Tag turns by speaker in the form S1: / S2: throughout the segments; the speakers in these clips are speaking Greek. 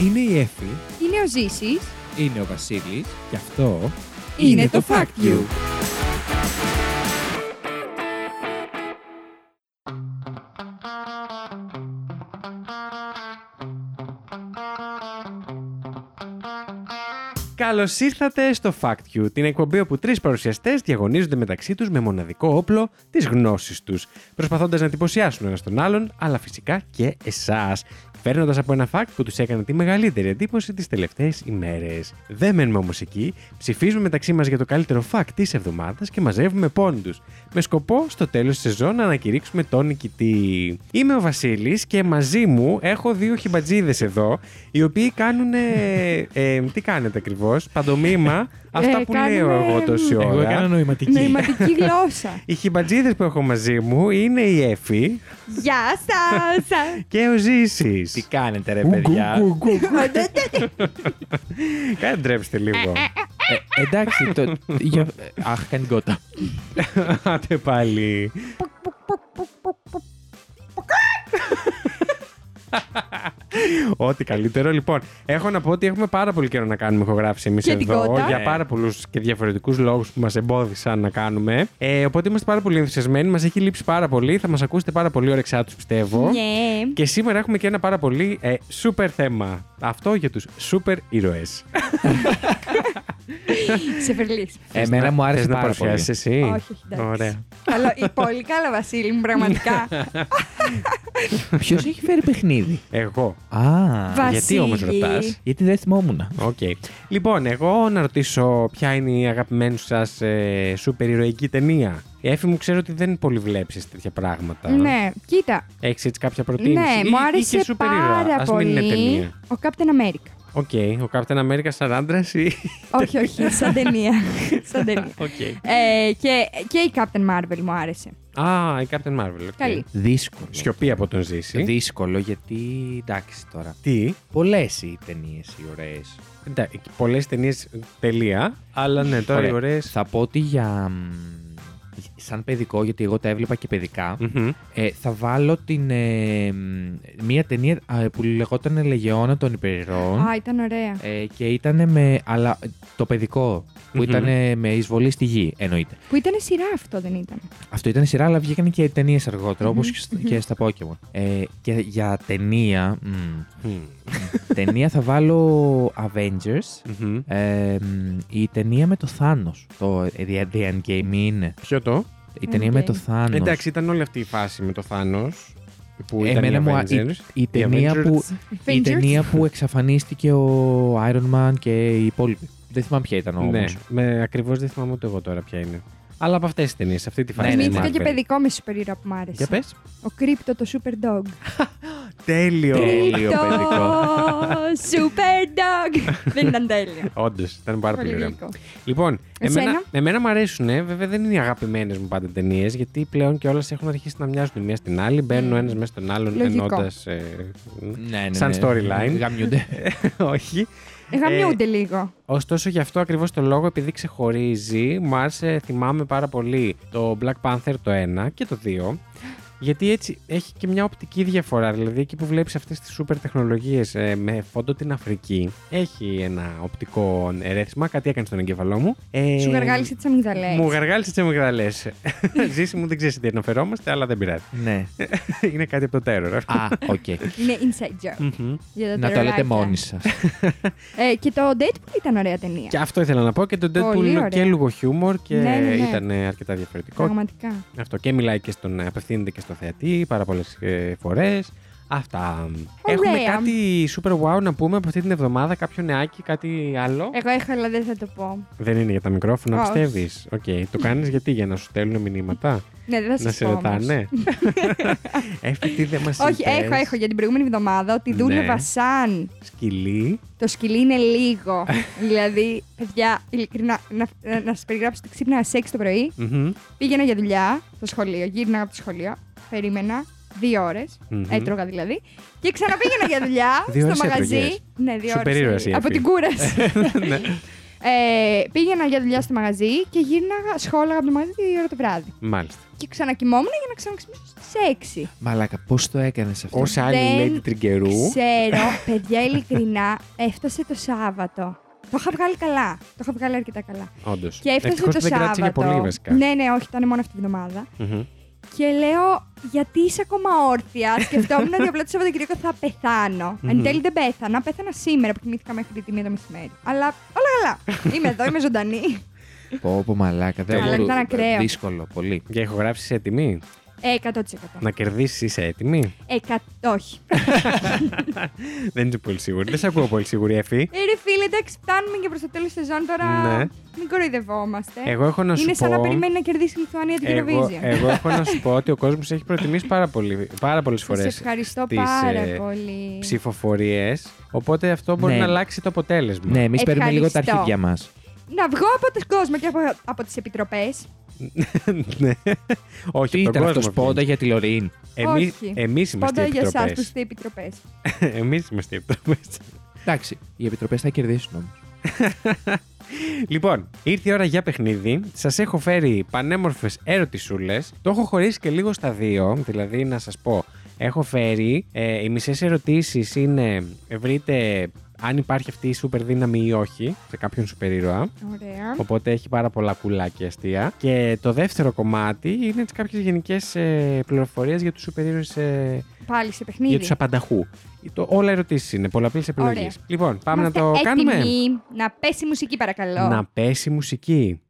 S1: Είναι η Εφη,
S2: Είναι ο Ζήσης.
S1: είναι ο Βασίλης και αυτό
S2: Είναι το Fact You.
S1: Καλώς ήρθατε στο Fact You, την εκπομπή όπου τρεις παρουσιαστές διαγωνίζονται μεταξύ τους με μοναδικό όπλο τι γνώσει τους, προσπαθώντας να εντυπωσιάσουν ένας τον άλλον, αλλά φυσικά και εσάς. Παίρνοντας από ένα fact που τους έκανε τη μεγαλύτερη εντύπωση τις τελευταίες ημέρες. Δεν μένουμε όμως εκεί, ψηφίζουμε μεταξύ μας για το καλύτερο fact της εβδομάδας και μαζεύουμε πόντους. Με σκοπό στο τέλος της σεζόν να ανακηρύξουμε τον νικητή. Είμαι ο Βασίλης και μαζί μου έχω δύο χιμπατζίδες εδώ, οι οποίοι κάνουν. Ε, ε, τι κάνετε ακριβώς, παντομήμα, αυτά
S2: Ε,
S1: που
S2: κάνουμε,
S1: λέω εγώ τόση ώρα.
S3: Εγώ έκανα νοηματική.
S2: Νοηματική γλώσσα.
S1: Οι χιμπατζίδες που έχω μαζί μου είναι η Εφη
S2: Γεια σας.
S1: και ο Ζήσης.
S4: Τι κάνετε ρε
S3: Γκου,
S4: παιδιά.
S3: γκου, γκου, γκου.
S1: Κάνε ντρέψτε λίγο.
S4: Ε, εντάξει, το... για- ε, Αχ, κάνει κότα.
S1: Άτε πάλι. Ό,τι καλύτερο. Λοιπόν, έχω να πω ότι έχουμε πάρα πολύ καιρό να κάνουμε ηχογράφηση εμείς
S2: Και την
S1: εδώ.
S2: κότα.
S1: Για
S4: Ναι.
S1: πάρα πολλούς και διαφορετικούς λόγους που μας εμπόδισαν να κάνουμε. Ε, οπότε είμαστε πάρα πολύ ενθουσιασμένοι. Μας έχει λείψει πάρα πολύ. Θα μας ακούσετε πάρα πολύ όρεξά τους, πιστεύω.
S2: Ναι.
S1: Και σήμερα έχουμε και ένα πάρα πολύ ε, σούπερ θέμα. Αυτό για τους σούπερ ήρωε.
S2: Σε φερλής.
S4: Εμένα μου άρεσε
S1: να
S4: πάρα πολύ.
S1: παρουσιάσεις εσύ.
S2: Όχι, εντάξει.
S1: Ε, Ωραία.
S2: Καλό, ε, πολύ καλά, Βασίλη μου, πραγματικά.
S4: Ποιος έχει φέρει παιχνίδι.
S1: Εγώ.
S4: Α,
S2: Βα-
S1: Γιατί όμως
S2: Βασίλη.
S1: ρωτάς.
S4: γιατί δεν θυμόμουν.
S1: Οκ. Λοιπόν, εγώ να ρωτήσω ποια είναι η αγαπημένη σας ε, σούπερ ηρωική ταινία. Η Εφη μου ξέρω ότι δεν πολύ βλέπεις τέτοια πράγματα.
S2: ναι, κοίτα.
S1: Έχεις έτσι κάποια προτίμηση.
S2: Ναι, μου άρεσε πάρα
S1: Ας μην είναι
S2: πολύ
S1: ταινία.
S2: ο Captain America.
S1: Οκ. Ο Captain America σαν άντρας ή.
S2: όχι, όχι, σαν ταινία. σαν ταινία.
S1: Οκ.
S2: Ε, και, και η Captain Marvel μου άρεσε.
S1: Α, η Captain Marvel. οκ.
S2: Καλή.
S4: Δύσκολο.
S1: Σιωπή από τον Ζήση.
S4: Δύσκολο γιατί εντάξει τώρα.
S1: Τι.
S4: Πολλές οι ταινίες οι ωραίες.
S1: Πολλές ταινίες τελεία. Αλλά ναι, τώρα οι ωραίες.
S4: Θα πω ότι για. μ, Σαν παιδικό, γιατί εγώ τα έβλεπα και παιδικά, ε, θα βάλω την. ε, μ, μία ταινία α, που λεγόταν Λεγεώνα των Υπερηρών.
S1: Λοιπόν.
S2: Α, ήταν ωραία.
S4: Ε, και ήταν με. Αλλά το παιδικό που
S1: Μμμ.
S4: ήταν με εισβολή στη γη, εννοείται.
S2: Που ήταν σειρά αυτό, δεν ήταν.
S4: Αυτό ήταν σειρά, αλλά βγήκαν και ταινίες
S2: Μμμ.
S4: όπω και στα Pokémon. Ε, και για ταινία. μ, ταινία θα βάλω Avengers. Ε, μ, η ταινία με το Θάνος. Το ε, The, the Endgame είναι.
S1: Ποιο το.
S4: Η ταινία με το
S2: Endgame.
S4: Θάνος.
S1: Εντάξει, ήταν όλη αυτή η φάση με το Θάνο. Που ήταν
S4: Ε, Εμένα
S1: οι
S4: μου α-
S1: Avengers.
S4: η, η
S1: Οι
S4: ταινία
S1: Avengers.
S4: που, η
S2: Avengers.
S4: ταινία που εξαφανίστηκε ο Iron Man και οι υπόλοιποι. Δεν θυμάμαι ποια ήταν όμω.
S1: Ναι, με, ακριβώς δεν θυμάμαι ούτε εγώ τώρα ποια είναι. Αλλά από αυτές τις ταινίες, σε αυτή τη φάση.
S4: ναι,
S1: της
S2: Θυμήθηκα
S1: Marvel.
S2: και παιδικό με σούπερ ήρωα που μου άρεσε.
S1: Για πες.
S2: Ο Κρύπτο, το Super Dog.
S1: Τέλειο.
S4: Τέλειο παιδικό.
S2: Super Dog. Δεν ήταν τέλειο.
S1: Όντως, ήταν πάρα πολύ
S2: Πολύ
S1: ωραίο.
S2: γλυκό.
S1: Λοιπόν,
S2: Εσένα?
S1: εμένα, εμένα μου αρέσουν, ε, βέβαια δεν είναι οι αγαπημένες μου πάντα ταινίες, γιατί πλέον και όλες έχουν αρχίσει να μοιάζουν η μία στην άλλη. Μπαίνουν ο ένα μέσα στον άλλον
S2: Λογικό.
S1: ενώντας. Ε,
S4: Ναι, ναι,
S1: Σαν
S4: ναι.
S1: storyline.
S4: Γαμιούνται.
S1: όχι.
S2: Ε,
S1: Ε,
S2: Γαμιούνται λίγο.
S1: Ωστόσο, γι' αυτό ακριβώς το λόγο, επειδή ξεχωρίζει, μου άρεσε, θυμάμαι πάρα πολύ το Black Panther το 1 και το 2. Γιατί έτσι έχει και μια οπτική διαφορά. Δηλαδή, εκεί που βλέπεις αυτές τις σούπερ τεχνολογίες με φόντο την Αφρική, έχει ένα οπτικό ερέθισμα. Κάτι έκανε στον εγκέφαλό μου. Ε,
S2: Σου γαργάλισε τις αμυγδαλές.
S1: Μου γαργάλισε τις αμυγδαλές. Ζήση μου, δεν ξέρεις τι αναφερόμαστε, αλλά δεν πειράζει.
S4: ναι.
S1: Είναι κάτι από το τέρορ.
S4: Α, οκ.
S2: Είναι inside joke.
S1: Μμμ.
S2: Για
S4: Να
S2: τα
S4: το λέτε
S2: τερολάκια.
S4: μόνοι σας.
S2: Ε, και το Deadpool ήταν ωραία ταινία.
S1: Και αυτό ήθελα να πω και το Deadpool
S2: Πολύ
S1: είναι
S2: ωραία.
S1: και λίγο χιούμορ και
S2: Ναι, ναι, ναι.
S1: ήταν ε, αρκετά διαφορετικό.
S2: Πραγματικά.
S1: Αυτό και μιλάει και στον. απευθύνεται και στο θεατή πάρα πολλές φορές. Αυτά. Έχουμε κάτι super wow να πούμε από αυτή την εβδομάδα, κάποιο νεάκι, κάτι άλλο.
S2: Εγώ έχω, αλλά δεν θα το πω.
S1: Δεν είναι για τα μικρόφωνα,
S2: Ε, Όχι.
S1: πιστεύεις. Οκ. Το κάνεις γιατί, για να σου στέλνουν μηνύματα,
S2: Ναι, δεν θα
S1: να
S2: σας
S1: σε
S2: πω. όμως.
S1: ρωτάνε. Έφυγε, τι δεν μας
S2: Όχι, έχω, έχω για την προηγούμενη εβδομάδα ότι
S1: Ναι.
S2: δούλευα σαν.
S1: Σκυλί.
S2: Το σκυλί είναι λίγο. δηλαδή, παιδιά, ειλικρινά, να, να, να σας περιγράψω ότι ξύπνα 6 το πρωί,
S1: Μμμ.
S2: πήγαινα για δουλειά στο σχολείο, γύρνα από το σχολείο, περίμενα δύο ώρες,
S1: Μμμ.
S2: έτρωγα δηλαδή, και ξαναπήγαινα για δουλειά
S1: Δύο
S2: στο
S1: ώρες
S2: μαγαζί.
S1: έτρωγες.
S2: Ναι, δύο
S1: Σούπερ ήρωας η
S2: ώρε. Από
S1: Εφη.
S2: την κούραση.
S1: Ναι.
S2: Ε, πήγαινα για δουλειά στο μαγαζί και γύρναγα, σχόλαγα από το μαγαζί τη ώρα το βράδυ.
S1: Μάλιστα.
S2: Και ξανακοιμόμουν για να ξαναξυμίσω στι 6.
S4: Μαλάκα, πώς το έκανες αυτό.
S1: Ως animated
S2: Δεν
S1: τριγκερού.
S2: Ξέρω, παιδιά, ειλικρινά, έφτασε το Σάββατο. Το είχα βγάλει καλά. Το είχα βγάλει αρκετά καλά.
S1: Όντως.
S2: Και έφτασε το
S1: δεν κράτησε
S2: Σάββατο.
S1: για πολύ βασικά.
S2: Ναι, ναι, όχι, ήταν μόνο αυτή την εβδομάδα.
S1: Μμμ.
S2: Και λέω, γιατί είσαι ακόμα όρθια. Σκεφτόμουν ότι απλά το Σαββατοκύριακο θα πεθανω
S1: Μμμ.
S2: Εν τέλει δεν πέθανα. Πέθανα σήμερα που κοιμήθηκα μέχρι τη μία το μεσημέρι. Αλλά όλα καλά. είμαι εδώ, είμαι ζωντανή.
S4: Πω, πω, μαλάκα. Δεν
S1: Μαλάκα,
S4: μπορώ-
S2: ήταν ακραίο.
S4: Δύσκολο, πολύ.
S1: Για ηχογράφηση είσαι έτοιμη.
S2: Ε, 100%.
S1: Να κερδίσεις, είσαι έτοιμη.
S2: Ε, κα... Όχι.
S1: δεν είσαι πολύ σίγουρη. Δεν σε ακούω πολύ σίγουρη, Εφη.
S2: Ε, ρε φίλε, εντάξει, φτάνουμε και προς το τέλος της σεζόν τώρα.
S1: Ναι.
S2: Μην κοροϊδευόμαστε.
S1: Εγώ έχω να σου
S2: Είναι σαν
S1: πω.
S2: να περιμένει να κερδίσει η Λιθουανία την
S1: Εγώ, ε,
S2: Eurovision.
S1: εγώ έχω να σου πω ότι ο κόσμος έχει προτιμήσει πάρα, πολύ, πάρα πολλές
S2: Σας
S1: φορές
S2: ευχαριστώ
S1: τις,
S2: πάρα
S1: ε,
S2: πολύ.
S1: ψηφοφορίες. Οπότε αυτό μπορεί
S4: Ναι.
S1: να αλλάξει το αποτέλεσμα.
S4: Ναι, εμείς παίρνουμε λίγο τα
S2: Ευχαριστώ.
S4: αρχίδια μας.
S2: Να βγω από τον κόσμο και από, από τις επιτροπές.
S1: Ναι. Όχι,
S4: Τι
S1: από τον
S4: ήταν αυτό,
S1: κόσμο.
S4: πόντας για τη Λωρίν.
S1: Εμείς
S2: Όχι.
S1: είμαστε
S2: Πάντα
S1: οι
S2: για εσάς που
S1: επιτροπέ.
S2: είστε επιτροπές.
S1: Εμείς είμαστε οι επιτροπές.
S4: Εντάξει, οι επιτροπές θα κερδίσουν όμως.
S1: Λοιπόν, ήρθε η ώρα για παιχνίδι. Σας έχω φέρει πανέμορφες ερωτησούλες. Το έχω χωρίσει και λίγο στα δύο. Δηλαδή, να σας πω, έχω φέρει. Ε, οι μισές ερωτήσεις είναι βρείτε αν υπάρχει αυτή η σούπερ δύναμη ή όχι σε κάποιον σούπερ ήρωα.
S2: Ωραία.
S1: Οπότε έχει πάρα πολλά κουλά και αστεία. Και το δεύτερο κομμάτι είναι τι κάποιες γενικές ε, πληροφορίες για τους σούπερ ήρωε ε,
S2: Πάλι σε
S1: για
S2: παιχνίδι.
S1: τους απανταχού. Το, όλα ερωτήσεις είναι, πολλαπλής επιλογής.
S2: Ωραία.
S1: Λοιπόν, πάμε να
S2: Είμαστε
S1: το κάνουμε.
S2: έτοιμοι. Να πέσει η μουσική, παρακαλώ.
S1: Να πέσει μουσική.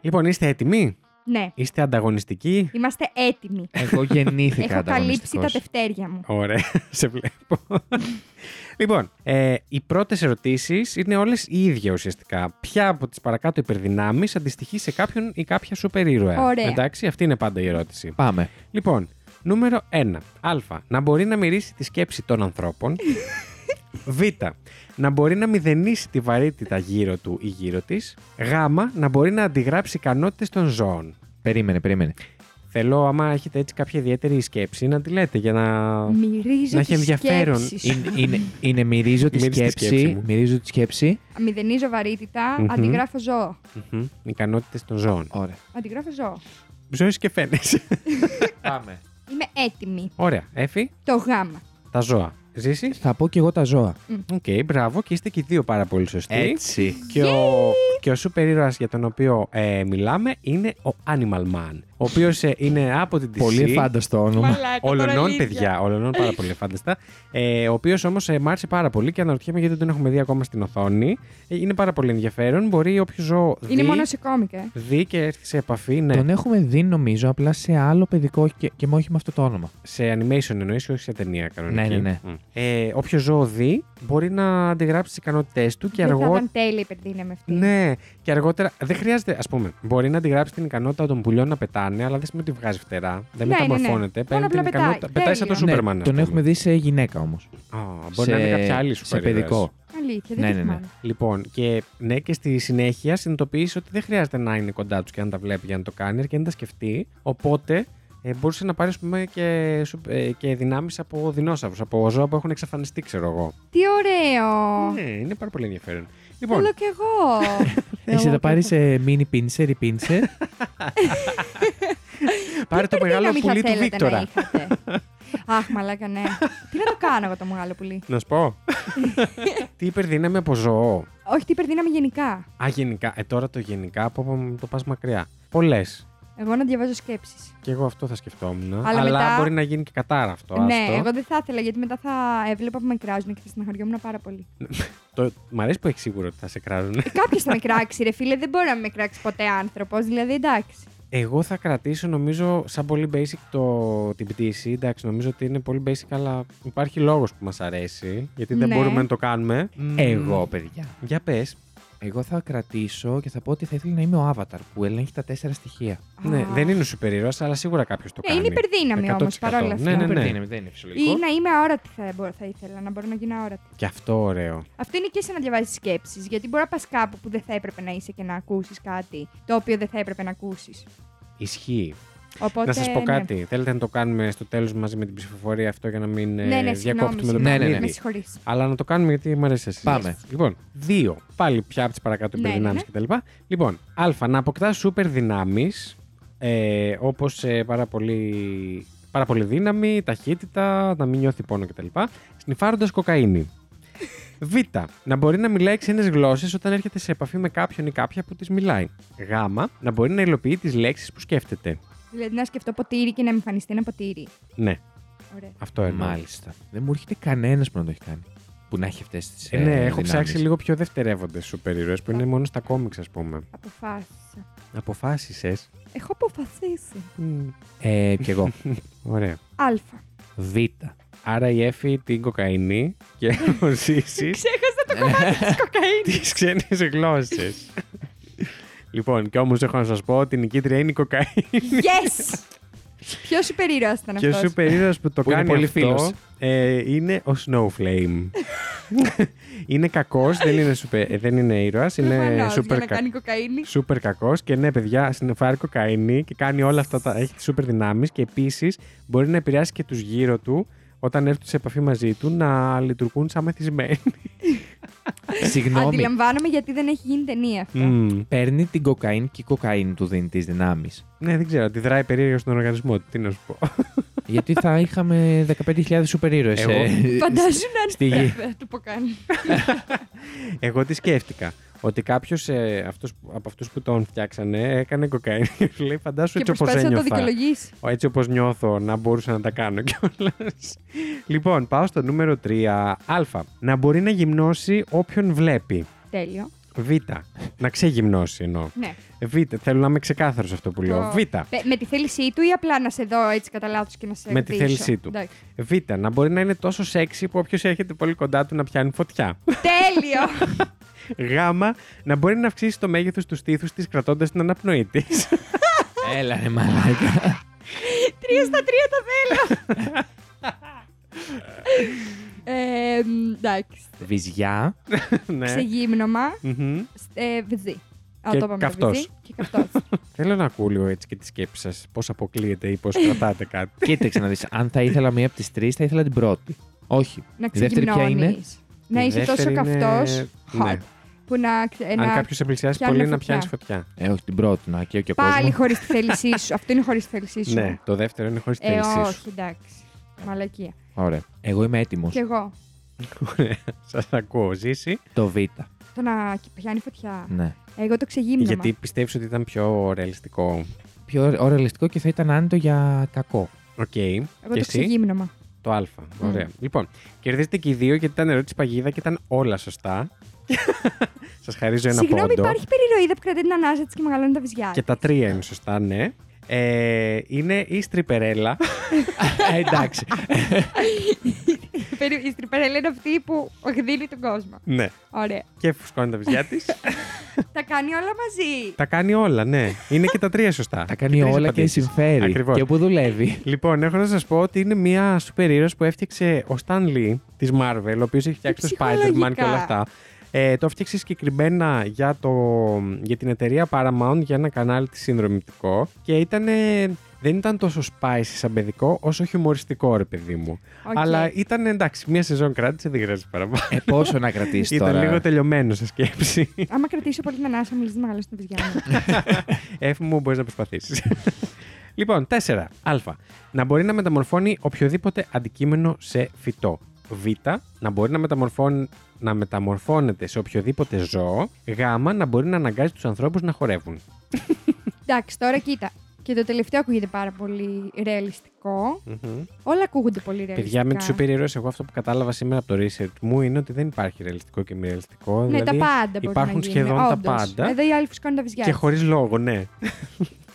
S1: Λοιπόν, είστε έτοιμοι,
S2: Ναι.
S1: είστε ανταγωνιστικοί.
S2: Είμαστε έτοιμοι.
S4: Εγώ γεννήθηκα
S2: Έχω καλύψει τα
S4: ανταγωνιστικός.
S2: τευτέρια μου.
S1: Ωραία, σε βλέπω. λοιπόν, ε, οι πρώτες ερωτήσεις είναι όλες η ίδια ουσιαστικά. Ποια από τις παρακάτω υπερδυνάμεις αντιστοιχεί σε κάποιον ή κάποια σούπερ ήρωα.
S2: Ωραία.
S1: Εντάξει, αυτή είναι πάντα η ερώτηση.
S4: Πάμε.
S1: Λοιπόν, νούμερο 1. Α. Να μπορεί να μυρίσει τη σκέψη των ανθρώπων. Β. Να μπορεί να μηδενίσει τη βαρύτητα γύρω του ή γύρω της. Γ. Να μπορεί να αντιγράψει ικανότητες των ζώων.
S4: Περίμενε, περίμενε.
S1: Θέλω, άμα έχετε έτσι κάποια ιδιαίτερη σκέψη, να τη λέτε για να.
S2: Μυρίζω
S1: να
S2: τις
S1: έχει ενδιαφέρον.
S2: σκέψεις σου.
S4: Είναι, είναι, είναι μυρίζω τη
S1: Μυρίζει τη σκέψη
S4: σκέψη.
S1: μου.
S4: Μυρίζω τη σκέψη.
S2: Μηδενίζω βαρύτητα,
S1: Μμμ.
S2: αντιγράφω ζώο.
S1: Μμμ. Ικανότητες των ζώων.
S4: Ωραία.
S2: Αντιγράφω ζώο.
S1: Ζωή και φαίνεσαι.
S4: Πάμε.
S2: Είμαι έτοιμη.
S1: Ωραία. Έφη,
S2: Το γάμα.
S1: τα ζώα. Ζήσει.
S4: Θα πω κι εγώ τα ζώα.
S1: Οκ, μπράβο και είστε και οι δύο πάρα πολύ σωστοί.
S4: Έτσι.
S1: Και ο, και ο σούπερ ήρωας για τον οποίο ε, μιλάμε είναι ο Animal Man. Ο οποίος είναι από την DC.
S4: Πολύ εφάνταστο όνομα.
S2: Μαλάκα, τώρα
S1: Ολονών,
S2: αλήθεια.
S1: παιδιά. Ολονών πάρα πολύ φάνταστα. Ε, ο οποίος όμως ε, μ' άρεσε πάρα πολύ και αναρωτιέμαι γιατί δεν τον έχουμε δει ακόμα στην οθόνη. Ε, είναι πάρα πολύ ενδιαφέρον. Μπορεί όποιος ζώο δει,
S2: Είναι μόνο σε κόμικ, ε.
S1: δει και έρθει σε επαφή. Ναι,
S4: Τον έχουμε δει νομίζω απλά σε άλλο παιδικό και, και με όχι με αυτό το όνομα.
S1: σε animation εννοείς, όχι σε ταινία κανονική.
S4: Ναι, ναι, ναι.
S1: Μμ. Ε, όποιος ζώο δει μπορεί να αντιγράψει τις ικανότητές του
S2: Δεν
S1: και
S2: θα
S1: αργότερα.
S2: ήταν τέλεια η υπερδύναμη αυτή.
S1: Ναι, και αργότερα. Δεν χρειάζεται, ας πούμε, μπορεί να αντιγράψει την ικανότητα των πουλιών να πετάνε, αλλά δεν σημαίνει ότι βγάζει φτερά. Δεν
S2: Ναι, ναι, ναι.
S1: μεταμορφώνεται.
S2: Μόνο
S1: Παίρνει την
S2: απλά πετάει.
S1: ικανότητα. Πετάει σαν το
S2: Τέλεια.
S1: Σούπερμαν.
S4: ναι,
S1: ας
S4: τον
S1: πούμε.
S4: έχουμε δει σε γυναίκα όμως.
S1: Α, μπορεί να είναι κάποια άλλη
S4: Σε
S1: σούπερ
S4: παιδικό.
S2: Αλήθεια, δεν
S4: Ναι,
S2: το
S4: ναι,
S2: θυμάμαι.
S4: ναι.
S1: Λοιπόν, και ναι, και στη συνέχεια συνειδητοποιείς ότι δεν χρειάζεται να είναι κοντά τους και να τα βλέπει για να το κάνει, αρκεί να τα σκεφτεί. Οπότε ε, μπορούσε να πάρεις, ας πούμε, και, σου- ε, και δυνάμεις από δεινόσαυρους, από ζώα που έχουν εξαφανιστεί, ξέρω εγώ.
S2: Τι ωραίο.
S1: Ναι, είναι πάρα πολύ ενδιαφέρον. Λοιπόν,
S2: Θέλω κι εγώ.
S4: Εσύ θα πάρει ε, mini pincer ή pincer.
S1: πάρε το μεγάλο
S2: πουλί
S1: πουλί του Βίκτορα.
S2: Αχ, μαλάκα, ναι. Τι να το κάνω εγώ το μεγάλο πουλί.
S1: Να σου πω. τι υπερδύναμη από ζώο.
S2: Όχι, τι υπερδύναμη γενικά.
S1: Α, γενικά. Ε, τώρα το γενικά, από όπου το πας μακριά. Πολλές.
S2: Εγώ να διαβάζω σκέψεις.
S1: Και εγώ αυτό θα σκεφτόμουν. Αλλά,
S2: Αλλά μετά-
S1: μπορεί να γίνει και κατάρα αυτό.
S2: Ναι,
S1: άστο.
S2: εγώ δεν θα ήθελα γιατί μετά θα έβλεπα που με κράζουν και θα στεναχωριόμουν πάρα πολύ.
S1: Το... Μ' αρέσει που έχει σίγουρο ότι θα σε κράζουν.
S2: Κάποιος θα με κράξει, ρε φίλε, δεν μπορεί να με κράξει ποτέ άνθρωπος, δηλαδή εντάξει.
S1: εγώ θα κρατήσω νομίζω σαν πολύ basic το... την πτήση. Εντάξει, νομίζω ότι είναι πολύ basic, αλλά υπάρχει λόγος που μας αρέσει. Γιατί δεν
S2: Ναι.
S1: μπορούμε να το κάνουμε.
S4: Εγώ, παιδιά.
S1: Για πες.
S4: Εγώ θα κρατήσω και θα πω ότι θα ήθελα να είμαι ο Avatar που ελέγχει τα τέσσερα στοιχεία.
S1: Ναι,
S2: Α.
S1: δεν είναι ο σούπερ ήρωας, αλλά σίγουρα κάποιος το
S2: Ναι,
S1: κάνει.
S2: είναι υπερδύναμη όμως
S1: 100%.
S2: παρόλα
S1: Ναι,
S2: αυτά.
S1: ναι, ναι.
S4: Υπερδύναμη, δεν είναι φυσιολογικό.
S2: Ή να είμαι αόρατη θα, μπο- θα ήθελα, να μπορώ να γίνω αόρατη.
S1: Και αυτό ωραίο.
S2: Αυτό είναι και σε να διαβάζεις σκέψεις, γιατί μπορεί να πας κάπου που δεν θα έπρεπε να είσαι και να ακούσεις κάτι το οποίο δεν θα έπρεπε να ακούσεις.
S1: Ισχύει.
S2: Οπότε.
S1: να σας πω
S2: ναι.
S1: κάτι. Θέλετε να το κάνουμε στο τέλος μαζί με την ψηφοφορία αυτό για να μην ε,
S2: Ναι, ναι, συγγνώμη.
S1: διακόπτουμε το
S2: συγγνώμη,
S4: Ναι, ναι, ναι.
S2: Με
S1: παιχνίδι.
S2: συγχωρείς.
S1: Αλλά να το κάνουμε γιατί μου αρέσει εσύ.
S4: Πάμε.
S1: Λοιπόν, δύο. Πάλι πια από τις παρακάτω
S2: Ναι,
S1: υπερδυνάμει
S2: ναι,
S1: κτλ. Λοιπόν, Α. Να αποκτά σούπερ δυνάμεις ε, όπως ε, πάρα, πολύ, πάρα πολύ δύναμη, ταχύτητα, να μην νιώθει πόνο κτλ. Σνιφάροντας κοκαίνη. Β. Να μπορεί να μιλάει ξένες γλώσσες όταν έρχεται σε επαφή με κάποιον ή κάποια που της μιλάει. Γ. Να μπορεί να υλοποιεί τις λέξεις που σκέφτεται.
S2: Δηλαδή να σκεφτώ ποτήρι και να εμφανιστεί ένα ποτήρι.
S1: Ναι,
S2: Ωραία.
S1: αυτό εννοώ.
S4: Μάλιστα. Δεν μου έρχεται κανένας που να το έχει κάνει. Που να έχει αυτές τις.
S1: Ε, ναι, έχω ψάξει λίγο πιο δευτερεύοντες σούπερ ήρωε που είναι μόνο στα κόμιξ, ας πούμε.
S2: Αποφάσισα.
S1: Αποφάσισες.
S2: Έχω αποφασίσει.
S4: Ε, κι εγώ.
S1: Ωραία.
S2: Α.
S4: Β.
S1: Άρα η Εφη την κοκαίνη και ο Ζήσης
S2: Ξέχασα το κομμάτι της κοκαίνης.
S1: τις ξένες γλώσσες. λοιπόν, και όμως έχω να σας πω ότι η νικήτρια είναι η κοκαίνη.
S2: Yes! Ποιος υπερήρωας ήταν
S1: και ο
S2: αυτό.
S1: σούπερ ήρωας που το
S4: Που είναι
S1: κάνει
S4: πολύ
S1: αυτό
S4: φίλος.
S1: ε, είναι ο Snowflame. είναι κακός, δεν είναι, σούπερ, ε, δεν είναι ήρωας, είναι
S2: για
S1: σούπερ,
S2: να
S1: κα,
S2: κάνει κοκαίνη.
S1: σούπερ κακός. Και ναι παιδιά, συνεφάρει κοκαίνη και κάνει όλα αυτά, τα, έχει τις σούπερ δυνάμεις και επίσης μπορεί να επηρεάσει και τους γύρω του όταν έρθουν σε επαφή μαζί του να λειτουργούν σαν μεθυσμένοι.
S4: Συγγνώμη.
S2: Αντιλαμβάνομαι γιατί δεν έχει γίνει ταινία αυτό.
S1: Μμμ.
S4: Παίρνει την κοκαίνη και η κοκαίνη του δίνει τις δυνάμεις.
S1: Ναι, δεν ξέρω. Αντιδράει περίεργα στον οργανισμό του. Τι να σου πω.
S4: Γιατί θα είχαμε 15.000 σούπερ ε. ήρωες.
S1: Εγώ-
S2: Φαντάζομαι να
S4: Στη γη.
S2: Δεν του πω καν.
S1: Εγώ τι σκέφτηκα. Ότι κάποιος αυτός, από αυτούς που τον φτιάξανε έκανε κοκαίνη. Και σου λέει, φαντάσου
S2: Και
S1: έτσι όπως
S2: προσπάθησε να το
S1: ένιωθα.
S2: δικαιολογήσει.
S1: Ο, Έτσι όπως νιώθω να μπορούσα να τα κάνω κιόλας. λοιπόν, πάω στο νούμερο 3. Α. Να μπορεί να γυμνώσει όποιον βλέπει.
S2: Τέλειο.
S1: Β. Να ξεγυμνώσει εννοώ.
S2: Ναι.
S1: Β. Θέλω να είμαι ξεκάθαρος αυτό που λέω.
S2: Το-
S1: Β.
S2: Με, με τη θέλησή του ή απλά να σε δω έτσι κατά λάθος και να σε.
S1: Με τη
S2: ρωτήσω.
S1: θέλησή του.
S2: Εντάξει.
S1: Β. Να μπορεί να είναι τόσο σεξι που όποιος έρχεται πολύ κοντά του να πιάνει φωτιά.
S2: Τέλειο!
S1: Γάμα να μπορεί να αυξήσει το μέγεθος του στήθους της κρατώντας την αναπνοή της.
S4: Έλα ρε μαλάκα.
S2: τρία στα τρία τα θέλω! ε, εντάξει.
S4: Βυζιά.
S1: ναι.
S2: Ξεγύμνομα.
S1: Μμμ.
S2: σ- Ε, βυζί. Α,
S1: Και
S2: το είπαμε,
S1: καυτός.
S2: βυζί Και καυτός.
S1: Θέλω να ακούω λίγο έτσι και τη σκέψη σας. Πώς αποκλείεται ή πώς
S2: Ε,
S1: κρατάτε κάτι.
S4: Κοίταξε να δεις. Αν θα ήθελα μία από τις τρεις, θα ήθελα την πρώτη. Όχι.
S2: να
S4: Η δεύτερη ποια είναι.
S2: ξεγυμνώνεις. Να
S1: Η
S2: είσαι τόσο
S1: δεύτερη είναι-
S2: καυτός.
S1: ναι.
S2: Hot. Που να. ξε-
S1: Αν
S2: να-
S1: κάποιος σε πλησιάσει
S2: πιάνουμε
S1: πολύ, να
S2: φωτιά.
S1: πιάνεις φωτιά.
S4: Ε, όχι την πρώτη, να και και ο κόσμο.
S2: Πάλι χωρίς τη θέλησή σου. Αυτό είναι χωρίς τη θέλησή σου.
S1: Ναι, το δεύτερο είναι χωρίς
S2: Ε,
S1: θέλησή σου.
S2: όχι, εντάξει. Μαλακία.
S4: Ωραία. Εγώ είμαι έτοιμος.
S2: Κι εγώ.
S1: Σας ακούω, ζήσει.
S4: Το Β.
S2: Το να πιάνει φωτιά.
S4: Ναι.
S2: Εγώ το ξεγύμνομα.
S1: Γιατί πιστεύεις ότι ήταν πιο ρεαλιστικό.
S4: Πιο ωρεαλιστικό και θα ήταν άνετο για κακό.
S1: Οκ. Και
S2: Εγώ το
S1: εσύ.
S2: ξεγύμνομα.
S1: Το Α.
S4: Mm.
S1: Ωραία. Λοιπόν, κερδίζετε και οι δύο γιατί ήταν ερώτηση παγίδα και ήταν όλα σωστά. Σας χαρίζω ένα
S2: Συγγνώμη,
S1: πόντο.
S2: υπάρχει περιροίδα που κρατάει την ανάσα τη και μεγαλώνει τα βυζιά.
S1: Και τα τρία είναι σωστά, ναι. Ε, είναι η στριπερέλα.
S4: Ε, Εντάξει.
S2: Περι- Η στριπερέλα είναι αυτή που γδίνει τον κόσμο.
S1: ναι.
S2: Ωραία.
S1: Και φουσκώνει τα βυζιά της.
S2: τα κάνει όλα μαζί.
S1: τα κάνει όλα, ναι. Είναι και τα τρία σωστά.
S4: Τα κάνει όλα και συμφέρει.
S1: Ακριβώς.
S4: Και που δουλεύει.
S1: Λοιπόν, έχω να σας πω ότι είναι μια σούπερ ήρωας που έφτιαξε ο Stan Lee της Marvel, ο οποίος έχει φτιάξει το
S2: ψυχολογικά.
S1: Spider-Man και όλα αυτά. Ε, το έφτιαξε συγκεκριμένα για, το, για την εταιρεία Paramount για ένα κανάλι της συνδρομητικό και ήταν, δεν ήταν τόσο spicy σαν παιδικό όσο χιουμοριστικό ρε παιδί μου.
S2: Οκ.
S1: Αλλά ήταν εντάξει, μια σεζόν κράτησε, δεν χρειάζεται παραπάνω.
S4: Ε, πόσο να κρατήσεις
S1: Ήταν λίγο
S4: τώρα.
S1: τελειωμένο σε σκέψη.
S2: Άμα κρατήσω πολύ την ανάσα, μιλήσει να μεγαλώσει τα βυζιά μου.
S1: Έφη μου, μπορείς να προσπαθήσεις. λοιπόν, 4. Α. Να μπορεί να μεταμορφώνει οποιοδήποτε αντικείμενο σε φυτό. Β. Να μπορεί να, μεταμορφών... να μεταμορφώνεται σε οποιοδήποτε ζώο. Γ. Να μπορεί να αναγκάζει τους ανθρώπους να χορεύουν.
S2: Εντάξει, τώρα κοίτα. Και το τελευταίο ακούγεται πάρα πολύ ρεαλιστικό. Όλα ακούγονται πολύ ρεαλιστικά.
S1: Παιδιά, με του σούπερ ήρωε, εγώ αυτό που κατάλαβα σήμερα από το research μου είναι ότι δεν υπάρχει ρεαλιστικό και μη ρεαλιστικό.
S2: Ναι,
S1: δηλαδή,
S2: τα πάντα μπορούν
S1: υπάρχουν
S2: να γίνουν,
S1: σχεδόν τα
S2: όντως. Ε,
S1: πάντα.
S2: Εδώ οι άλλοι φουσκώνουν τα βυζιά.
S1: Και
S2: τους.
S1: χωρίς λόγο, ναι.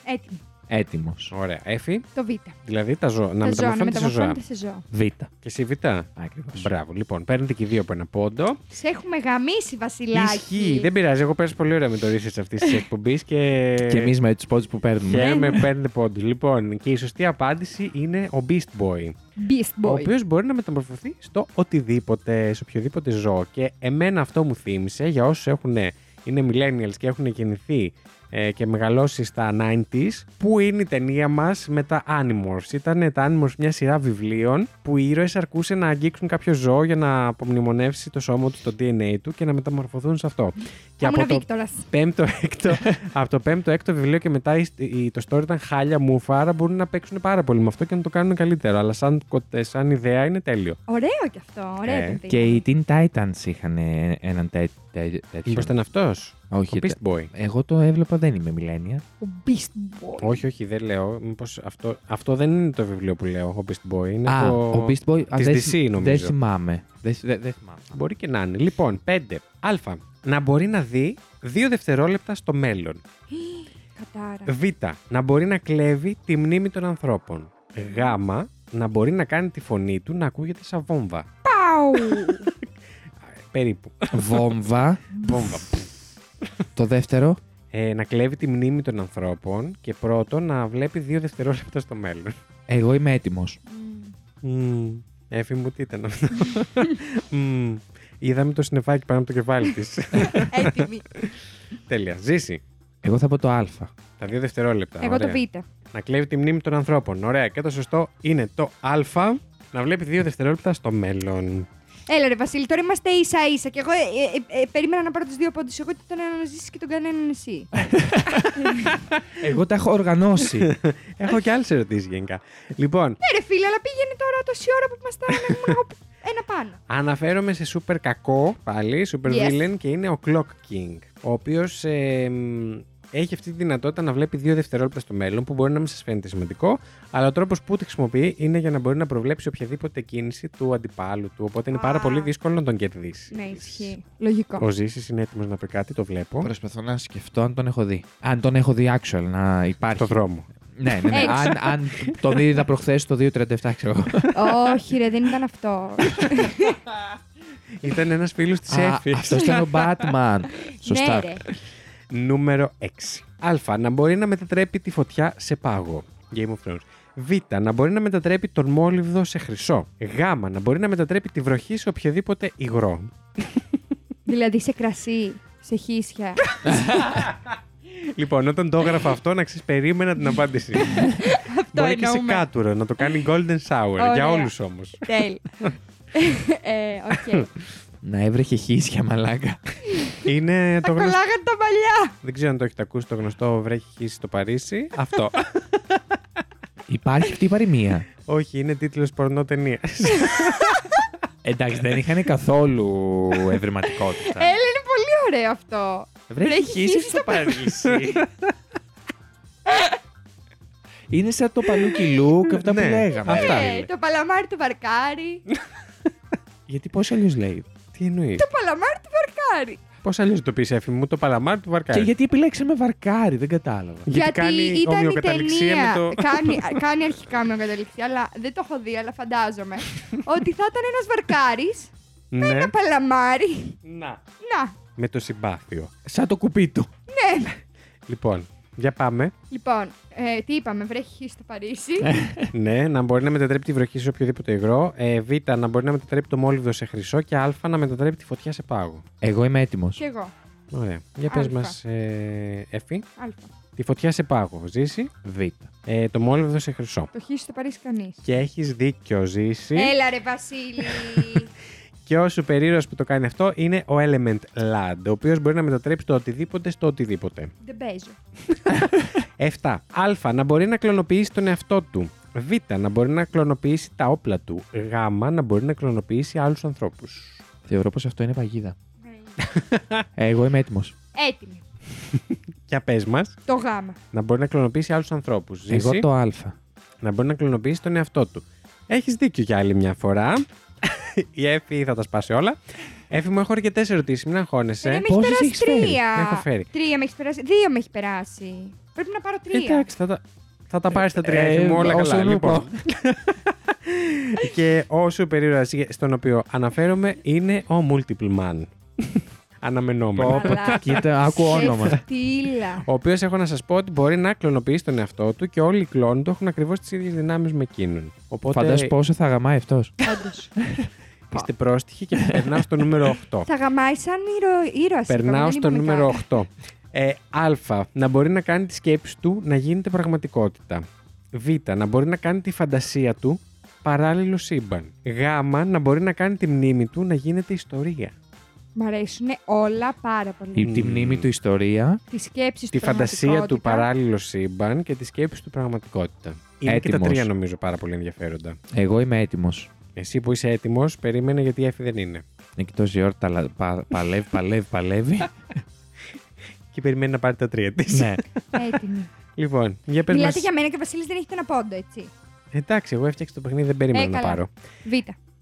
S2: Έτοιμοι.
S4: Έτοιμος.
S1: Ωραία. Έφη,
S2: Το Β.
S1: δηλαδή τα ζώα. Να
S2: Τα ζώα, να
S1: μεταμορφώνεται σε ζώα.
S2: μεταμορφώνεται σε ζώα.
S4: Β.
S1: Και εσύ β'
S4: Ακριβώς.
S1: Μπράβο. Λοιπόν, παίρνετε και οι δύο από ένα πόντο.
S2: Σε έχουμε γαμίσει, Βασιλάκη.
S1: Ισχύει. Δεν πειράζει. Εγώ πέρασε πολύ ωραία με το research αυτής της εκπομπής και.
S4: Και εμείς με τους πόντους που παίρνουμε.
S1: Χαίρομαι, παίρνετε πόντους. Λοιπόν, και η σωστή απάντηση είναι ο Beast Boy.
S2: Beast
S1: Ο
S2: Boy.
S1: οποίος μπορεί να μεταμορφωθεί στο οτιδήποτε, σε οποιοδήποτε ζώο. Και εμένα αυτό μου θύμισε για όσους έχουν, είναι millennials και έχουν γεννηθεί ε, και μεγαλώσει στα 90s, που είναι η ταινία μας με τα Animorphs. Ήταν τα Animorphs μια σειρά βιβλίων που οι ήρωες αρκούσε να αγγίξουν κάποιο ζώο για να απομνημονεύσει το σώμα του, το DNA του και να μεταμορφωθούν σε αυτό. Και
S2: Ήμουν
S1: το
S2: Βίκτορας.
S1: πέμπτο, έκτο, από το πέμπτο, έκτο βιβλίο και μετά η- η- το story ήταν χάλια μουφα, άρα μπορούν να παίξουν πάρα πολύ με αυτό και να το κάνουν καλύτερο. Αλλά σαν, κο- σαν ιδέα είναι τέλειο.
S2: Ωραίο κι αυτό. Ωραία
S1: Ε,
S2: ταινία.
S4: Και οι Teen Titans είχαν έναν τέ- τέ- τέτοιο.
S1: Μήπως ήταν αυτός. Ο
S4: Όχι. τε-
S1: Beast Boy.
S4: Εγώ το έβλεπα, δεν είμαι millennial.
S2: Ο Beast Boy.
S1: Όχι, όχι, δεν λέω. Μήπως αυτό, αυτό δεν είναι το βιβλίο που λέω, ο Beast Boy. Είναι
S4: Α,
S1: το...
S4: ο Beast Boy. α,
S1: της
S4: δεν
S1: DC
S4: συ- Δεν
S1: νομίζω.
S4: θυμάμαι. Δεν συ- δεν- δεν θυμάμαι.
S1: Μπορεί και να είναι. Λοιπόν, 5. Α. Να μπορεί να δει δύο δευτερόλεπτα στο μέλλον.
S2: Κατάρα.
S1: Β. Να μπορεί να κλέβει τη μνήμη των ανθρώπων. Γ. Να μπορεί να κάνει τη φωνή του να ακούγεται σαν βόμβα.
S2: Πάου.
S1: Περίπου.
S4: Βόμβα.
S1: Βόμβα.
S4: Το δεύτερο.
S1: Ε, να κλέβει τη μνήμη των ανθρώπων και πρώτον να βλέπει δύο δευτερόλεπτα στο μέλλον.
S4: Εγώ είμαι έτοιμος.
S2: Μμμ.
S1: Έφη μου, τι ήταν αυτό. Μμμ. Είδαμε το συνεφάκι πάνω από το κεφάλι της.
S2: Έτοιμη.
S1: Τέλεια. Ζήσει.
S4: Εγώ θα πω το Α.
S1: Τα δύο δευτερόλεπτα.
S2: Εγώ το
S1: Ωραία.
S2: Β.
S1: Να κλέβει τη μνήμη των ανθρώπων. Ωραία. Και το σωστό είναι το Α. Να βλέπει δύο δευτερόλεπτα στο μέλλον.
S2: Έλα ρε Βασίλη, τώρα είμαστε ίσα ίσα. Και εγώ ε, ε, ε, περίμενα να πάρω του δύο πόντους. Εγώ και τον έναν να ζήσει και τον κανέναν εσύ.
S4: Εγώ τα έχω οργανώσει.
S1: Έχω και άλλες ερωτήσεις γενικά. Λοιπόν,
S2: Ναι, ρε φίλε, αλλά πήγαινε τώρα τόση ώρα που ήμασταν. ήμουν εγώ ένα πάνω.
S1: Αναφέρομαι σε σούπερ κακό πάλι, σούπερ
S2: Yes.
S1: villain και είναι ο Clock King, ο οποίος ε, μ, έχει αυτή τη δυνατότητα να βλέπει δύο δευτερόλεπτα στο μέλλον που μπορεί να μην σας φαίνεται σημαντικό, αλλά ο τρόπος που τη χρησιμοποιεί είναι για να μπορεί να προβλέψει οποιαδήποτε κίνηση του αντιπάλου του, οπότε είναι πάρα
S2: Α.
S1: πολύ δύσκολο να τον κερδίσεις.
S2: Ναι, ισχύει. Λογικό.
S1: Ο Ζήσης είναι έτοιμος να πει κάτι, το βλέπω.
S4: Προσπαθώ να σκεφτώ αν τον έχω δει. Αν τον έχω δει actual, να υπάρχει.
S1: Στο δρόμο.
S4: Ναι, ναι, ναι.
S2: Έξω.
S4: αν, αν το δίδα προχθές το 2.37, ξέρω εγώ.
S2: Όχι, ρε, δεν ήταν αυτό.
S1: Ήταν ένας φίλος της
S4: Α,
S1: Εφη.
S4: Αυτός ήταν ο Batman.
S2: ναι,
S4: Σωστά.
S2: ρε.
S1: Νούμερο 6. Α. Να μπορεί να μετατρέπει τη φωτιά σε πάγο. Game of Thrones. Β. Να μπορεί να μετατρέπει τον μόλυβδο σε χρυσό. Γ. Να μπορεί να μετατρέπει τη βροχή σε οποιοδήποτε υγρό.
S2: δηλαδή σε κρασί, σε χίσια.
S1: λοιπόν, όταν το έγραφα αυτό, να ξέρεις, περίμενα την απάντηση. μπορεί και σε
S2: εννοούμε.
S1: κάτουρο να το κάνει golden shower. Για
S2: Ωραία.
S1: όλους όμως.
S2: Τέλει. Ε, Οκ.
S4: Να έβρεχε χίσια μαλάκα.
S1: Είναι
S2: Τα
S1: το γνωστό.
S2: κολλάγανε τα παλιά.
S1: Δεν ξέρω αν το έχετε ακούσει το γνωστό βρέχει χύσει στο Παρίσι. αυτό.
S4: Υπάρχει αυτή η παροιμία.
S1: Όχι, είναι τίτλος πορνό ταινία.
S4: Εντάξει, δεν είχαν καθόλου ευρηματικότητα.
S2: Έλα, Ε, είναι πολύ ωραίο αυτό. βρέχει χύσεις στο
S4: Παρίσι. Είναι σαν το παλούκι Λουκ, αυτά που
S1: Ναι,
S4: λέγαμε.
S1: αυτά.
S4: ρε.
S2: Ε,
S1: είναι.
S2: το παλαμάρι του βαρκάρι.
S4: Γιατί πώς αλλιώς λέει.
S1: Τι εννοείς.
S2: το παλαμάρι του βαρκάρι.
S1: Πώς αλλιώς το πεις, έφη μου, το παλαμάρι του βαρκάρι.
S4: Και γιατί επιλέξαμε βαρκάρι, δεν κατάλαβα.
S1: κάνει
S2: ήταν η
S1: ομοιοκαταληξία
S2: ταινία.
S1: με το-
S2: κάνει, κάνει αρχικά ομοιοκαταληξία, αλλά δεν το έχω δει, αλλά φαντάζομαι. ότι θα ήταν ένας βαρκάρι,
S1: Ναι.
S2: ένα παλαμάρι.
S1: Να.
S2: Να,
S1: Με το συμπάθειο.
S4: Σαν το κουπί του.
S2: ναι.
S1: Λοιπόν, για πάμε.
S2: λοιπόν, ε, τι είπαμε, βρέχει στο Παρίσι.
S1: ναι, να μπορεί να μετατρέπει τη βροχή σε οποιοδήποτε υγρό. Ε, β. Να μπορεί να μετατρέπει το μόλυβδο σε χρυσό. Και Α. Να μετατρέπει τη φωτιά σε πάγο.
S4: Εγώ είμαι έτοιμος.
S2: και εγώ.
S1: Ωραία. Για πες
S2: Α.
S1: μας, ε, Εφη.
S2: Αλφα.
S1: Τη φωτιά σε πάγο. Ζήσει.
S4: Β.
S1: Ε, το μόλυβδο σε χρυσό.
S2: Το χύσει στο Παρίσι κανείς.
S1: Και έχεις δίκιο, Ζήσει.
S2: Έλα ρε Βασίλη.
S1: Και ο σουπερίρος που το κάνει αυτό είναι ο Element Lad, ο οποίος μπορεί να μετατρέψει το οτιδήποτε στο οτιδήποτε.
S2: δεν παίζω.
S1: 7. Α. Να μπορεί να κλωνοποιήσει τον εαυτό του. Β. Να μπορεί να κλωνοποιήσει τα όπλα του. Γ. Να μπορεί να κλωνοποιήσει άλλους ανθρώπους.
S4: Θεωρώ πως αυτό είναι παγίδα.
S2: Ναι.
S4: Εγώ είμαι έτοιμος.
S2: Έτοιμη.
S1: Για πες μας.
S2: Το γάμα.
S1: Να μπορεί να κλωνοποιήσει άλλους ανθρώπους.
S4: Εγώ το Α.
S1: Να μπορεί να κλωνοποιήσει τον εαυτό του. Έχεις δίκιο για άλλη μια φορά. Η Εφη θα τα σπάσει όλα. Εφη μου, έχω αρκετές ερωτήσεις, μην αγχώνεσαι.
S2: Δεν με έχεις
S4: πόσες
S2: περάσει
S4: έχεις φέρει?
S2: τρία.
S1: Δεν έχω φέρει. Ε,
S2: Τρία με έχεις περάσει. Δύο με έχει περάσει. Πρέπει να πάρω τρία.
S1: Εντάξει, θα τα. Θα τα πάρεις στα τρία.
S4: Ε,
S1: Εύη μου, όλα
S4: όσο
S1: καλά.
S4: μου
S1: Λοιπόν. και όσο περίεργα στον οποίο αναφέρομαι είναι ο Multiple Man. Αναμενόμενο.
S4: Πω, πω,
S2: Καλά.
S4: Κοίτα, άκου όνομα.
S2: Φτύλα.
S1: Ο οποίος έχω να σας πω ότι μπορεί να κλωνοποιήσει τον εαυτό του και όλοι οι κλόνοι του έχουν ακριβώς τις ίδιες δυνάμεις με εκείνον. Οπότε
S4: Φαντάζομαι πόσο θα γαμάει αυτός.
S2: Όντως.
S1: είστε πρόστιχοι και περνάω στο νούμερο 8.
S2: Θα γαμάει σαν ήρωα. ήρωας,
S1: Περνάω
S2: είπαμε,
S1: στο
S2: δεν είπαμε
S1: νούμερο
S2: κάτι.
S1: 8. Ε, α. Να μπορεί να κάνει τη σκέψη του να γίνεται πραγματικότητα. Β. Να μπορεί να κάνει τη φαντασία του παράλληλο σύμπαν. Γ. Να μπορεί να κάνει τη μνήμη του να γίνεται ιστορία.
S2: Μ' αρέσουν όλα πάρα πολύ.
S4: Η- Τη
S1: Μμμ.
S4: μνήμη του ιστορία.
S2: Τη σκέψη
S1: Τη φαντασία του παράλληλο σύμπαν και τη σκέψη του πραγματικότητα. Είναι και τα
S4: Έτοιμος.
S1: τρία νομίζω πάρα πολύ ενδιαφέροντα.
S4: Εγώ είμαι έτοιμος.
S1: Εσύ που είσαι έτοιμος, περίμενε γιατί η Εφη δεν είναι.
S4: Νικητό Ζιόρτα παλεύει, παλεύει, παλεύει.
S1: Και περιμένει να πάρει τα τρία της.
S4: ναι.
S2: Έτοιμη.
S1: λοιπόν, για πες μας.
S2: Μιλάτε για μένα και ο Βασίλης δεν έχει τον απόντο, έτσι.
S1: Εντάξει, εγώ έφτιαξα το παιχνίδι, δεν περίμενα
S2: Ε,
S1: να
S2: καλά.
S1: πάρω.
S2: Β.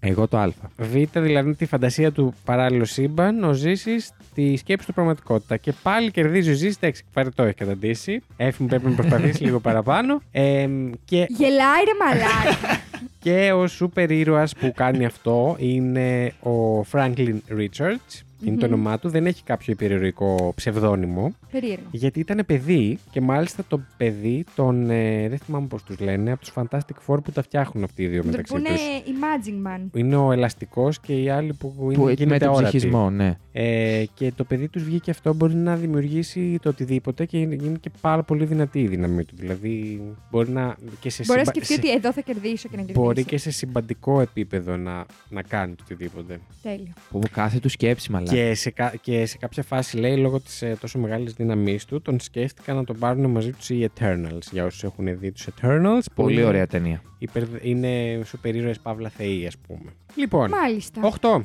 S4: Εγώ το Α.
S1: Β, δηλαδή τη φαντασία του παράλληλο σύμπαν, ο Ζήση τη σκέψη του πραγματικότητα. Και πάλι κερδίζει ο Ζήση, εντάξει, παρετό έχει καταντήσει. Εφη μου πρέπει να προσπαθήσεις λίγο παραπάνω. Ε, και,
S2: Γελάει ρε μαλάκα.
S1: και ο σούπερ ήρωας που κάνει αυτό είναι ο Franklin Richards. ειναι το
S2: Μμμ.
S1: όνομά του, δεν έχει κάποιο υπερηρωικό ψευδόνυμο.
S2: Περίεργο.
S1: Γιατί ήταν παιδί και μάλιστα το παιδί των. ε, δεν θυμάμαι πώς τους λένε, από τους Fantastic Four που τα φτιάχνουν αυτοί οι δύο μεταξύ
S2: Που
S1: τους.
S2: είναι Imagine Man.
S1: Είναι ο ελαστικός και οι άλλοι που είναι,
S4: Που με
S1: γίνεται
S4: τον
S1: όρατοι.
S4: ψυχισμό, ναι.
S1: Ε, και το παιδί τους βγήκε αυτό, μπορεί να δημιουργήσει το οτιδήποτε και είναι είναι και πάρα πολύ δυνατή η δύναμή του. Δηλαδή μπορεί να. Και σε
S2: Μπορεί να
S1: συμπα-
S2: σκεφτεί
S1: σε-
S2: ότι εδώ θα κερδίσω και να κερδίσω.
S1: Μπορεί και σε συμπαντικό επίπεδο να, να κάνει το οτιδήποτε.
S4: Ναι.
S2: Τέλειο.
S4: Που κάθε του σκέψη, μαλάκα.
S1: Και σε, κα- και σε κάποια φάση λέει λόγω της ε, τόσο μεγάλης δύναμής του τον σκέφτηκαν να τον πάρουν μαζί τους οι Eternals για όσους έχουν δει τους Eternals που
S4: Πολύ
S1: είναι
S4: ωραία ταινία.
S1: υπερ- είναι σούπερ ήρωες παύλα θεοί ας πούμε Λοιπόν,
S2: Μάλιστα.
S1: 8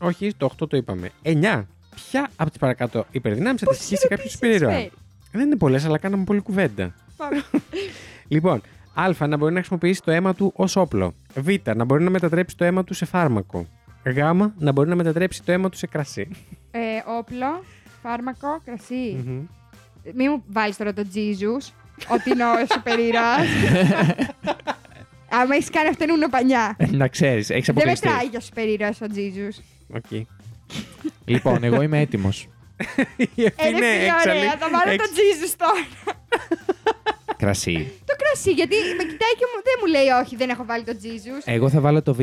S1: όχι το 8 το είπαμε 9 Ποια από τις παρακάτω υπερδυνάμεις αντιστοιχεί σε κάποιο σούπερ ήρωα Δεν είναι πολλές αλλά κάναμε πολύ κουβέντα
S2: Πάμε.
S1: Λοιπόν, Α. Να μπορεί να χρησιμοποιήσει το αίμα του ως όπλο. Β. Να μπορεί να μετατρέψει το αίμα του σε φάρμακο. Γ. Να μπορεί να μετατρέψει το αίμα του σε κρασί.
S2: Ε, όπλο, φάρμακο, κρασί. Μην μου βάλεις τώρα το Jesus, ότι είναι ο σούπερ ήρωας. Άμα έχεις κάνει αυτό είναι ουνοπανιά.
S4: Να ξέρεις, έχεις
S2: Δεν
S4: αποκλειστεί.
S2: μετράει για σούπερ ήρωας ο Jesus. Ε,
S1: Οκ.
S4: Λοιπόν, εγώ είμαι έτοιμος.
S1: Η Εφη
S2: Ε, ρε
S1: είναι
S2: φίλε,
S1: έξαλλη.
S2: ωραία, θα βάλω το
S1: Έξ-
S2: Jesus τώρα.
S4: Κρασί.
S2: Το κρασί, γιατί με κοιτάει και μου, δεν μου λέει όχι, δεν έχω βάλει το
S1: Ε.
S2: Jesus.
S4: Εγώ θα βάλω το Β.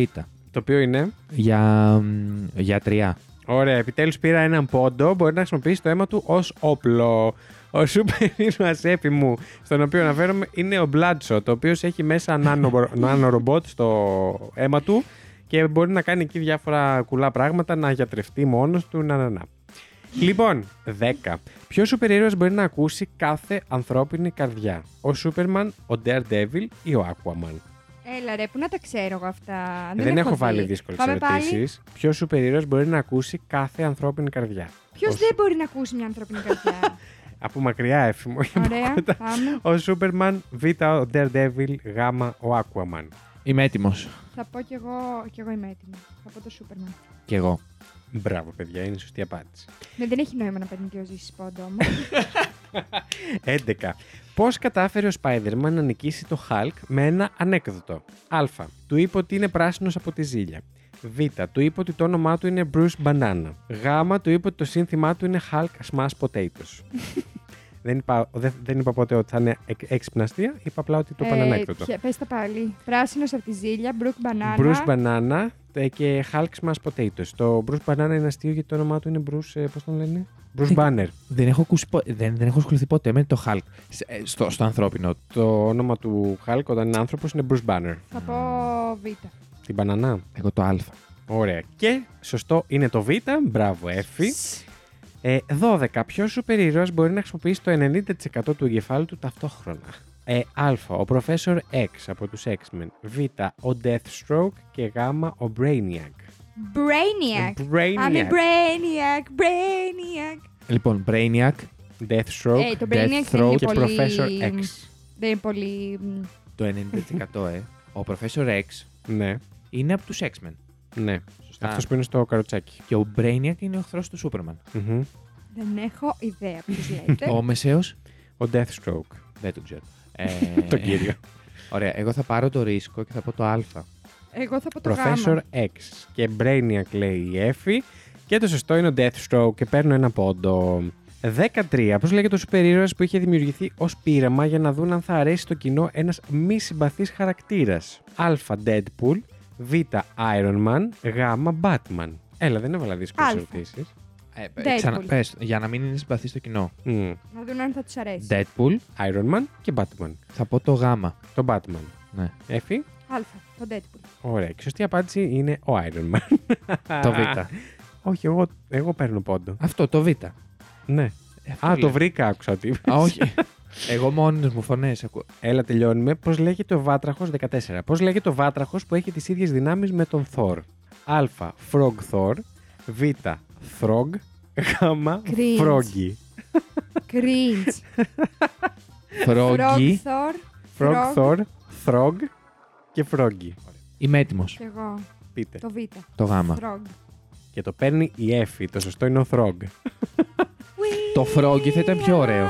S1: Το οποίο είναι.
S4: Για, μ, γιατριά.
S1: Ωραία, επιτέλους πήρα έναν πόντο. Μπορεί να χρησιμοποιήσει το αίμα του ως όπλο. Ο σούπερ ήρωα έπι μου, στον οποίο αναφέρομαι, είναι ο Bloodshot, ο οποίος έχει μέσα νάνο, νάνο ρομπότ στο αίμα του και μπορεί να κάνει εκεί διάφορα κουλά πράγματα, να γιατρευτεί μόνος του, να να να. Λοιπόν, 10. Ποιο σούπερ ήρωας μπορεί να ακούσει κάθε ανθρώπινη καρδιά, ο Σούπερμαν, ο Daredevil ή ο Aquaman.
S2: Έλα ρε, πού να τα ξέρω εγώ αυτά.
S1: Ε, Δεν, έχω βάλει δύσκολες
S2: Πάμε πάλι.
S1: ερωτήσεις. Ποιος σούπερ ήρωα μπορεί να ακούσει κάθε ανθρώπινη καρδιά.
S2: Ποιος
S1: Ως-
S2: δεν μπορεί να ακούσει μια ανθρώπινη καρδιά.
S1: Από μακριά έφημο.
S2: Ωραία, πάμε.
S1: Ο Σούπερμαν, Β, ο Daredevil, Γ, ο Aquaman.
S4: Είμαι έτοιμος.
S2: Θα πω κι εγώ, κι εγώ είμαι έτοιμη. Θα πω το Σούπερμαν.
S4: Κι εγώ.
S1: Μπράβο, παιδιά, είναι η σωστή απάντηση.
S2: Ναι, δεν έχει νόημα να παίρνει και ο Ζήση πόντο όμως.
S1: 11. Πώς κατάφερε ο Spider-Man να νικήσει το Hulk με ένα ανέκδοτο. Α. Του είπε ότι είναι πράσινος από τη ζήλια. Β. Του είπε ότι το όνομά του είναι Bruce Banana. Γ. Του είπε ότι το σύνθημά του είναι Hulk Smash Potatoes. δεν, είπα, δεν, δεν είπα ποτέ ότι θα είναι εκ- έξυπνα αστεία, είπα απλά ότι το είπα
S2: Ε,
S1: ανέκδοτο.
S2: Πες τα πάλι. Πράσινος από τη ζήλια, Μπρουκ Μπανάνα.
S1: Bruce Banana ε, και Hulk Smash Potatoes. Το Bruce Banana είναι αστείο γιατί το όνομά του είναι Bruce, ε, πώς τον λένε, Bruce
S4: Τι-
S1: Banner.
S4: Δεν έχω, ακούσει πο- δεν, δεν έχω ασχοληθεί ποτέ με το Hulk σ- ε, στο, στο ανθρώπινο.
S1: Το όνομα του Hulk όταν είναι άνθρωπος είναι Bruce Banner.
S2: Θα πω Β.
S1: Την μπανανά.
S4: Εγώ το Α.
S1: Ωραία. Και σωστό είναι το Β. Μπράβο, Εφη. Ε, 12. Ποιο σούπερ ήρωα μπορεί να χρησιμοποιήσει το 90% του εγκεφάλου του ταυτόχρονα. Ε, α. Ο Professor X από τους X-Men. Β. Ο Deathstroke. Και Γ. Ο Brainiac.
S2: Brainiac. I'm a
S1: Brainiac.
S2: Brainiac, Brainiac.
S4: Λοιπόν, Brainiac.
S1: Deathstroke.
S2: Ε, το
S4: Death
S2: Brainiac
S4: Throw
S2: είναι
S1: και
S2: πολύ...
S1: Professor X.
S2: Δεν είναι πολύ... μ,
S4: Το 90% ε. Ο Professor X
S1: Ναι,
S4: είναι από τους X-Men.
S1: ναι.
S4: Σωστά.
S1: Αυτός που είναι στο καροτσάκι.
S4: Και ο Brainiac είναι ο εχθρός του Superman.
S1: Μμμ.
S2: Δεν έχω ιδέα που τους λέτε.
S4: Ο μεσαίος
S1: Ο Deathstroke.
S4: δεν τον ξέρω. Ε,
S1: Το κύριο.
S4: Ωραία, εγώ θα πάρω το ρίσκο και θα πω το Α.
S2: Εγώ θα πω το
S1: Professor
S2: γάμα.
S1: X και Brainiac λέει η Εφη. Και το σωστό είναι ο Deathstroke και παίρνω ένα πόντο. 13. Πώς λέγεται ο σούπερ ήρωας που είχε δημιουργηθεί ως πείραμα για να δουν αν θα αρέσει στο κοινό ένας μη συμπαθής χαρακτήρας. Α. Deadpool. Β. Iron Man. Γ. Batman. Έλα, δεν έβαλα δύσκολες
S2: Α.
S1: ερωτήσεις.
S4: Ε,
S2: Deadpool.
S4: ξανα- πες, για να μην είναι συμπαθής στο κοινό.
S2: Να δουν αν θα τους αρέσει.
S4: Deadpool,
S1: Iron Man και Batman.
S4: θα πω το Γ.
S1: Το Batman.
S4: Ναι.
S1: Εφη.
S2: Αλφα. Το Deadpool.
S1: Ωραία. Και η σωστή απάντηση είναι ο Iron Man.
S4: Το Β.
S1: Όχι, εγώ, εγώ παίρνω πόντο.
S4: Αυτό, το Β.
S1: Ναι.
S4: Αυτό
S1: Α,
S4: λέω.
S1: το βρήκα, άκουσα ότι. είπες.
S4: Ε, Α, όχι. Εγώ μόνος μου φωνές ακούω.
S1: Έλα, τελειώνουμε. Πώς λέγεται ο βάτραχος 14. Πώς λέγεται ο βάτραχος που έχει τις ίδιες δυνάμεις με τον Θόρ. Α. Frog Thor. Β. Throg. Γ.
S2: Cringe.
S1: Froggy.
S2: Cringe.
S4: Φρόγγι.
S2: Frogthor.
S1: Frog
S2: Frog.
S1: Thor. Throg και Froggy.
S4: Είμαι έτοιμος.
S2: Και εγώ.
S1: Πείτε.
S2: Το Β.
S4: Το Γ.
S2: Frog.
S1: Και το παίρνει η Εφη. Το σωστό είναι ο Throg.
S4: Το Froggy θα ήταν πιο ωραίο.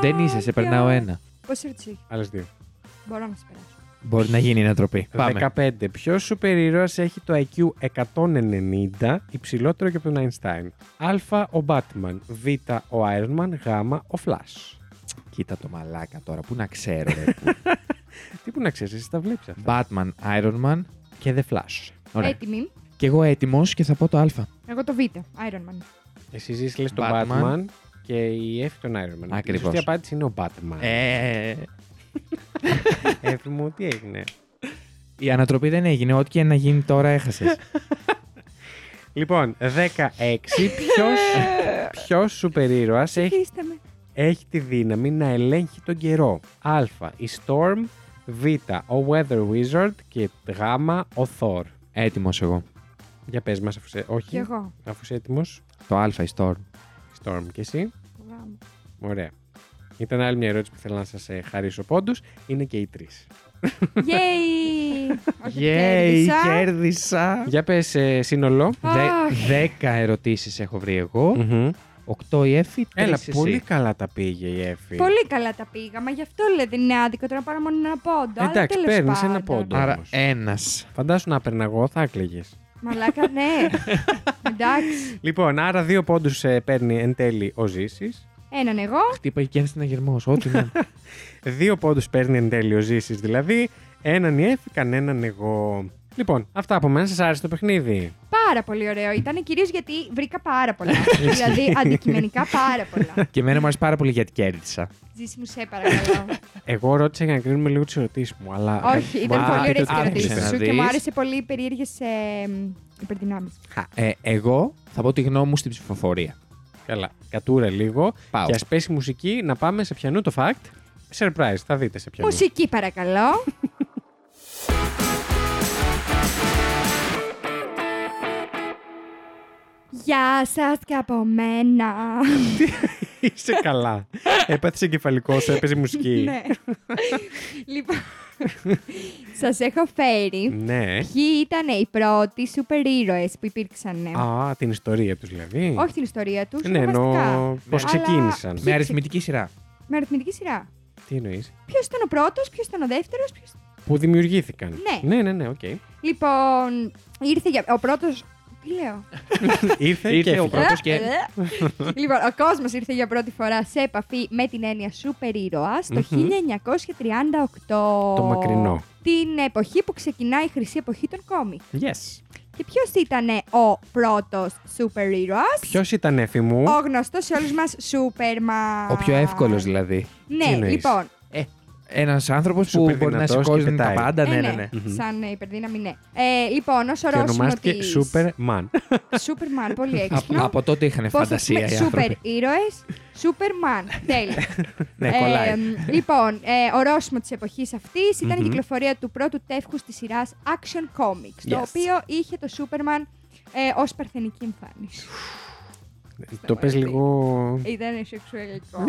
S4: Δεν είσαι, σε περνάω ένα.
S2: Πώς έτσι.
S1: Άλλες δύο.
S2: Μπορώ να σε περάσω.
S4: Μπορεί να γίνει η ανατροπή. Πάμε.
S1: 15. Ποιο σούπερ ήρωα έχει το IQ 190, υψηλότερο και από τον Einstein. Α. Ο Batman. Β. Ο Iron Man. Γ. Ο Flash.
S4: Κοίτα το μαλάκα τώρα, πού να ξέρω. ρε.
S1: Ε, Τι που να ξέρεις, εσύ τα βλέπεις αυτά.
S4: Batman, Iron Man.
S1: Και The Flash.
S4: Ωραία.
S2: Έτοιμη.
S4: Και εγώ έτοιμος και θα πω το Α.
S2: Εγώ το Β. Iron Man.
S1: Εσύ ζεις λες τον Batman.
S4: Batman.
S1: και η Εφη τον Iron Man.
S4: Ακριβώς.
S1: Η σωστή απάντηση είναι ο Batman.
S4: Ε,
S1: Εφη Ε, μου, τι έγινε.
S4: η ανατροπή δεν έγινε. Ό,τι και να γίνει τώρα έχασες.
S1: Λοιπόν, 16. Ποιος, ποιος σούπερ ήρωας έχει,
S2: Ψηφίστε με.
S1: έχει τη δύναμη να ελέγχει τον καιρό. Α. Η Storm. Β. Ο Weather Wizard. Και Γ. Ο Thor.
S4: έτοιμος εγώ.
S1: Για πες μας αφού είσαι... Όχι.
S2: Και εγώ.
S1: Αφού είσαι έτοιμος.
S4: Το Α, η Storm.
S1: Storm και εσύ.
S2: Το γάμο.
S1: Ωραία. Ήταν άλλη μια ερώτηση που θέλω να σας ε, χαρίσω πόντους. Είναι και οι τρεις.
S2: Yay! Όχι,
S4: Γεια,
S2: κέρδισα.
S4: κέρδισα.
S1: Για πες ε, σύνολο.
S2: Αχ.
S4: Δε, δέκα ερωτήσεις έχω βρει εγώ. Οκτώ η Εφη, τρεις
S1: Έλα,
S4: εσύ.
S1: πολύ καλά τα πήγε η Εφη.
S2: Πολύ καλά τα πήγαμε, γι' αυτό λέτε είναι άδικο τώρα πάρω μόνο ένα πόντο. αλλά
S1: Εντάξει,
S2: τέλος
S1: παίρνεις ένα
S2: πάντων.
S1: πόντο.
S4: Άρα
S1: όμως.
S4: ένας.
S1: Φαντάσου να έπαιρνα εγώ, θα έκλαιγε.
S2: Μαλάκα, ναι. Εντάξει.
S1: Λοιπόν, άρα δύο πόντους παίρνει εν τέλει ο Ζήσης.
S2: Έναν εγώ.
S4: Χτύπα και ένας συναγερμό. Ό,τι να.
S1: Δύο πόντους παίρνει εν τέλει ο Ζήσης, δηλαδή. Έναν η Εφη, κανέναν εγώ. Λοιπόν, αυτά από μένα. Σας άρεσε το παιχνίδι.
S2: Πάρα πολύ ωραίο ήταν, κυρίως γιατί βρήκα πάρα πολλά. δηλαδή, αντικειμενικά πάρα πολλά.
S4: και εμένα μου αρέσει πάρα πολύ γιατί κέρδισα.
S2: Ζήση μου, σε παρακαλώ.
S1: Εγώ ρώτησα για να κρίνουμε λίγο τις ερωτήσεις μου, αλλά. ε,
S2: Όχι, ήταν
S1: Μα,
S2: πολύ ωραίες
S1: άκουσε
S2: οι
S4: να
S2: ερωτήσει σου και
S4: δεις.
S2: μου άρεσε πολύ οι ε, περίεργε υπερδυνάμει.
S4: Ε, εγώ θα πω τη γνώμη μου στην ψηφοφορία.
S1: Καλά, κατούρα λίγο.
S4: Πάω.
S1: Και ας πέσει η μουσική να πάμε σε πιανού το fact. Surprise, θα δείτε σε πιανού.
S2: Μουσική, παρακαλώ. Γεια σας και από μένα.
S1: Είσαι καλά. Έπαθες εγκεφαλικός, σου έπαιζε μουσική.
S2: ναι. λοιπόν, σας έχω φέρει
S1: Ναι.
S2: ποιοι ήταν οι πρώτοι σούπερ ήρωες που υπήρξαν.
S1: Α, την ιστορία τους δηλαδή.
S2: Ναι. Όχι την ιστορία τους,
S1: Ναι,
S2: ονομαστικά.
S1: εννοώ πώς
S4: Αλλά-
S1: ξεκίνησαν.
S4: Με αριθμητική σειρά.
S2: Με αριθμητική σειρά.
S1: Τι εννοείς.
S2: Ποιος ήταν ο πρώτος, ποιος ήταν ο δεύτερος, ποιος...
S1: Που δημιουργήθηκαν.
S2: Ναι.
S1: ναι, ναι, ναι, οκ.
S2: Λοιπόν, ήρθε για... ο πρώτος... Τι λέω.
S1: Ήρθε και
S4: Ήρθε ο
S1: έφυγε.
S4: πρώτος και-
S2: Ε, λοιπόν, ο κόσμος ήρθε για πρώτη φορά σε επαφή με την έννοια σούπερ ήρωας το
S1: Μμμ.
S2: 1938.
S1: Το μακρινό.
S2: Την εποχή που ξεκινά η χρυσή εποχή των κόμικ.
S1: Yes.
S2: Και ποιος ήταν ο πρώτος σούπερ ήρωας?
S1: Ποιος ήταν έφη μου.
S2: Ο γνωστός σε όλους μας Σούπερμαν.
S4: Ο πιο εύκολος δηλαδή.
S1: Τι
S2: Ναι,
S1: εννοείς?
S2: λοιπόν.
S4: Ένας άνθρωπος που
S1: Ε. Σούπερ
S4: μπορεί να
S1: δυνατός και
S4: σηκώσει τα
S1: πετάει.
S4: πάντα.
S2: ε,
S4: Ναι, ναι, ναι.
S1: Μμμ.
S2: Σαν ε, υπερδύναμη, ναι. Ε, λοιπόν, όσο
S1: Και
S2: ρώσιμο
S1: ονομάστηκε
S2: της...
S1: Superman.
S2: Σούπερμαν, πολύ
S4: Από,
S2: έξυπνο.
S4: από τότε είχαν
S2: Πώς
S4: φαντασία
S2: ας
S4: οι
S2: πούμε, Σούπερ
S4: άνθρωποι.
S2: ήρωες, Σούπερμαν. Τέλεια.
S4: Ναι,
S2: Ε,
S4: κολλάει.
S2: μ, λοιπόν, ε, ορόσημο της εποχής αυτής ήταν η
S1: Μμμ.
S2: κυκλοφορία του πρώτου τεύχους της σειράς Action Comics, το
S1: Yes.
S2: οποίο είχε το Σούπερμαν ε, ως παρθενική εμφάνιση.
S1: το πες
S2: αρέσει.
S1: λίγο.
S2: Ήταν σεξουαλικό.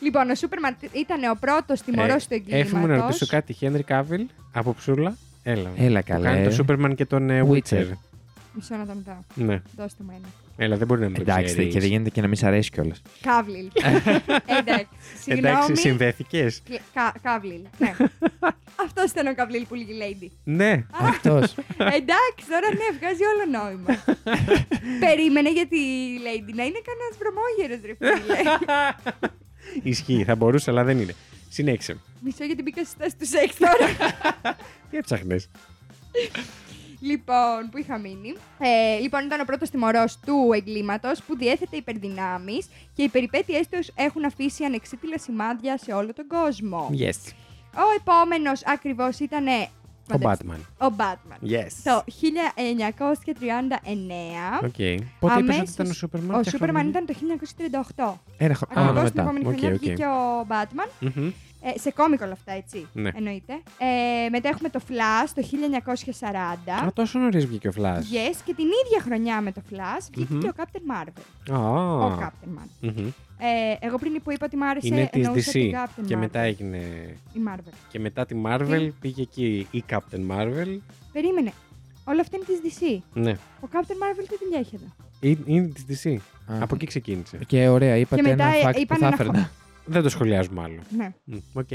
S2: λοιπόν, ο Σούπερμαν ήταν ο πρώτος τιμωρός του
S1: Ε, Έφη μου να
S2: εγκλήματος.
S1: ρωτήσω κάτι. Χένρι Κάβιλ από ψούλα. Έλα.
S4: Έλα
S1: Που
S4: καλά.
S1: Κάνει
S4: ε.
S1: το Superman και τον ε, Witcher.
S4: Witcher.
S2: Μισό να τα μετά.
S1: Ναι.
S2: Δώστε μου ένα.
S1: Έλα, δεν μπορεί να μην το
S4: Εντάξει,
S1: ξέρεις.
S4: και δεν γίνεται και να μην σ' αρέσει κιόλας.
S2: Κάβλιλ. Εντάξει.
S1: Εντάξει,
S2: Συγγνώμη.
S1: συνδέθηκες.
S2: Κλε- Κα- Κάβλιλ. Ναι. Αυτός ήταν ο καβλίλ που λέγει Lady.
S1: Ναι.
S4: Αυτός.
S2: Εντάξει, τώρα ναι, βγάζει όλο νόημα. Περίμενε για τη Lady να είναι κανένας βρωμόγερος, ρε φίλε.
S1: Ισχύει, θα μπορούσε, αλλά δεν είναι. Συνέχισε.
S2: Μισό γιατί μπήκα στη στάση του σεξ τώρα.
S1: Τι έψαχνες.
S2: λοιπόν, που είχα μείνει. Ε, λοιπόν, ήταν ο πρώτος τιμωρός του εγκλήματος που διέθετε υπερδυνάμεις και οι περιπέτειές τους έχουν αφήσει ανεξίτηλα σημάδια σε όλο τον κόσμο.
S1: Yes.
S2: Ο επόμενος ακριβώς ήταν.
S1: Ο Batman.
S2: Ο Batman.
S1: Yes.
S2: Το 1939.
S1: Οκ. Πότε είπες ότι
S2: Αμέσως-
S1: ήταν ο
S2: Ο
S1: Σούπερμαν. ποια χρονιά
S2: Σούπερμαν ήταν το 1938.
S4: Ένα χρόνο
S2: Ακριβώ την
S4: μετά.
S2: επόμενη
S1: Οκ,
S2: χρονιά
S1: οκ.
S2: βγήκε ο Batman.
S1: Μμμ.
S2: Ε, σε κόμικ όλα αυτά, έτσι.
S1: Ναι.
S2: Εννοείται. Ε, μετά έχουμε το Flash το 1940.
S1: Α, τόσο νωρίς βγήκε ο Φλάζ.
S2: Yes, και την ίδια χρονιά με το Flash βγηκε
S1: Μμμ.
S2: και ο Captain Marvel. Ο
S1: Α.
S2: Captain Marvel.
S1: Μμμ.
S2: Ε, εγώ πριν που είπα ότι μου άρεσε,
S1: Είναι της
S2: εννοούσα
S1: DC.
S2: την Captain
S1: Και
S2: Marvel.
S1: μετά έγινε.
S2: Η Marvel.
S1: Και μετά τη Marvel πήγε εκεί η Captain Marvel.
S2: Περίμενε. Όλα αυτά είναι της DC.
S1: Ναι.
S2: Ο Captain Marvel τι δουλειά είχε εδώ.
S1: Είναι- Είναι της DC.
S4: Α. Ε,
S1: Από εκεί ξεκίνησε.
S4: Και ωραία, είπατε
S2: Και
S4: ένα
S2: μετά, ε,
S4: fact που
S2: είπαν
S4: θα
S2: ένα
S4: έφερνα.
S1: Δεν το σχολιάζουμε άλλο.
S2: Ναι.
S1: Μμ, Οκ.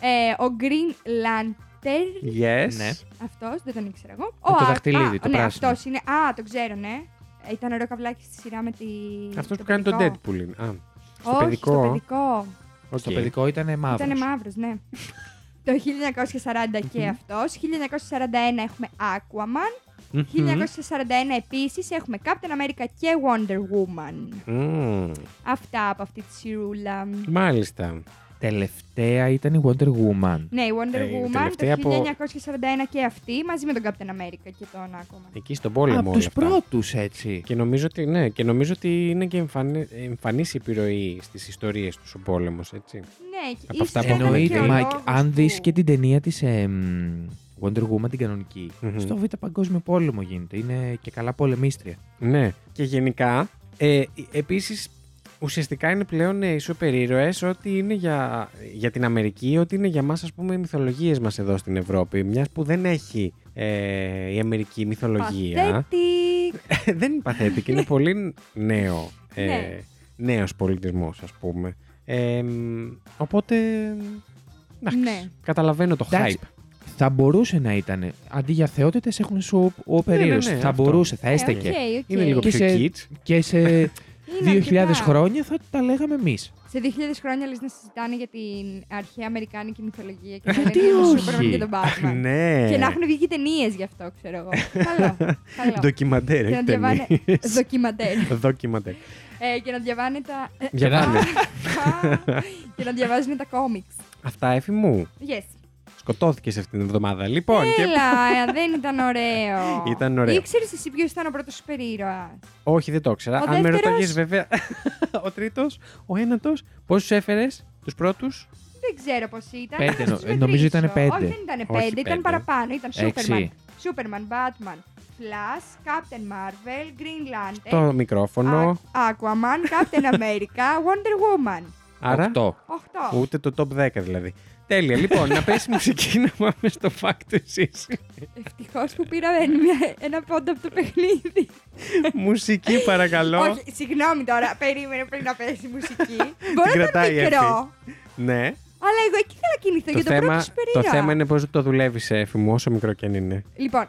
S2: Ε, ο Green Lantern,
S1: Yes.
S4: Ναι.
S2: αυτός, δεν τον ήξερα εγώ.
S4: το
S2: Α-
S4: δαχτυλίδι,
S2: α,
S4: το
S2: ναι,
S4: πράσινο.
S2: αυτός είναι. Α, το ξέρω, ναι. Ε, Ήταν ωραίο καβλάκι στη σειρά με τη...
S1: Αυτός
S2: το
S1: που κάνει τον
S2: παιδικό.
S1: Deadpool είναι. Α, στο
S2: Όχι,
S1: παιδικό.
S2: στο παιδικό.
S1: οκ.
S4: Στο παιδικό ήταν μαύρο.
S2: Ήταν μαύρος, ναι. το 1940 και αυτό. 1941 έχουμε Aquaman.
S1: Μμμ.
S2: 1941 επίσης έχουμε Captain America και Wonder Woman.
S1: Μμμ.
S2: Αυτά από αυτή τη σιρούλα.
S1: Μάλιστα.
S4: Τελευταία ήταν η Wonder Woman.
S2: Ναι, η Wonder
S1: Ε, η
S2: Woman
S1: τελευταία
S2: το
S1: από-
S2: 1941 και αυτή μαζί με τον Captain America και τον Aquaman.
S1: Εκεί στον πόλεμο.
S4: Από
S1: όλα
S4: τους
S1: αυτά.
S4: πρώτους, έτσι.
S1: Και νομίζω ότι, ναι, και νομίζω ότι είναι και εμφανή, εμφανής επιρροή στις ιστορίες τους ο πόλεμος, έτσι.
S2: Ναι, και
S1: Από αυτά
S2: ίσως
S1: που
S2: ήταν
S1: Εννοείται,
S2: και ο
S4: Εννοείται, Μάκη,
S2: λόγος
S4: αν δεις
S2: που-
S4: και την ταινία της Wonder Woman, την κανονική,
S1: Μμμ.
S4: στο Β' Παγκόσμιο Πόλεμο γίνεται. Είναι και καλά πολεμίστρια.
S1: Ναι. Και γενικά, ε, επίσης, ουσιαστικά είναι πλέον ε, οι σούπερ ήρωες ότι είναι για, για την Αμερική, ότι είναι για μας, ας πούμε, οι μυθολογίες μας εδώ στην Ευρώπη, μιας που δεν έχει ε, η Αμερική μυθολογία.
S2: Pathetic.
S1: δεν είναι παθέτικη, είναι πολύ νέο, ε,
S2: Ναι.
S1: νέος πολιτισμός, ας πούμε. Ε, μ, οπότε, εντάξει,
S2: Ναι.
S1: καταλαβαίνω το
S4: Εντάξει,
S1: hype.
S4: Θα μπορούσε να ήταν. Αντί για θεότητες έχουν σου όπερ
S1: Ναι, ναι, ναι,
S4: ήρωες. Θα
S1: αυτό.
S4: μπορούσε, θα
S2: Ε,
S4: έστεκε.
S2: οκ, οκ.
S1: Είναι λίγο
S4: Και
S1: πιο
S4: σε-
S1: kids.
S4: Και σε
S2: Είναι
S4: 2000
S2: αρκετά.
S4: χρόνια θα τα λέγαμε εμείς.
S2: Σε 2000 χρόνια λες να συζητάνε για την αρχαία Αμερικάνικη μυθολογία και να λένε
S4: Τι
S2: για τον
S4: όχι.
S2: Σούπερμαν και τον Batman.
S1: Ε, Ναι.
S2: Και να έχουν βγει και ταινίε γι' αυτό, ξέρω εγώ. Καλό. καλό.
S1: Ντοκιμαντέρ,
S2: Και να
S1: όχι
S2: διαβάνε.
S1: ε, ταινίες.
S2: Δοκιμαντέρ.
S1: Δοκιμαντέρ.
S2: Ε, και να διαβάνε τα. ε,
S1: Διαβάνε.
S2: α, Και να διαβάζουν τα κόμιξ.
S1: Αυτά, έφη μου.
S2: Yes.
S1: Σκοτώθηκε αυτήν την εβδομάδα. Λοιπόν, και...
S2: Έλα, ε, δεν ήταν ωραίο.
S1: Ήταν ωραίο.
S2: Ήξερε εσύ ποιος ήταν ο πρώτος σούπερ ήρωα.
S1: Όχι, δεν το ήξερα.
S2: Ο
S1: Αν με
S2: δεύτερος.
S1: ρωτάγες, βέβαια. ο τρίτος, ο ένατος. Πόσους έφερες τους πρώτους.
S2: Δεν ξέρω πώς ήταν.
S4: Πέντε,
S2: θα
S4: νο-
S2: τους
S4: νομίζω ήταν
S2: μετρήσω.
S4: πέντε.
S2: Όχι, δεν ήταν
S1: Όχι
S2: πέντε, ήταν
S1: πέντε.
S2: παραπάνω. Ήταν
S4: Έξι.
S2: Σούπερμαν. Σούπερμαν, Μπάτμαν, Flash, Captain Marvel, Green Lantern.
S1: Το μικρόφωνο.
S2: Α- Aquaman, Captain America, Wonder Woman.
S1: Άρα.
S4: Οκτώ.
S2: 8.
S1: Ούτε το top 10 δηλαδή. Τέλεια. λοιπόν, να πέσει μουσική να πάμε στο fact εσεί.
S2: Ευτυχώς που πήρα ένα- ένα πόντο από το παιχνίδι.
S1: μουσική, παρακαλώ.
S2: Όχι, συγγνώμη τώρα, περίμενε πριν να πέσει η μουσική. Μπορεί να ήταν
S1: κρατάει
S2: μικρό,
S1: Ναι.
S2: αλλά εγώ εκεί θα κινηθώ για το πρώτο
S1: θέμα,
S2: σου
S1: το
S2: περίεργο.
S1: θέμα είναι πώς το δουλεύεις, έφη μου, όσο μικρό και αν είναι.
S2: Λοιπόν.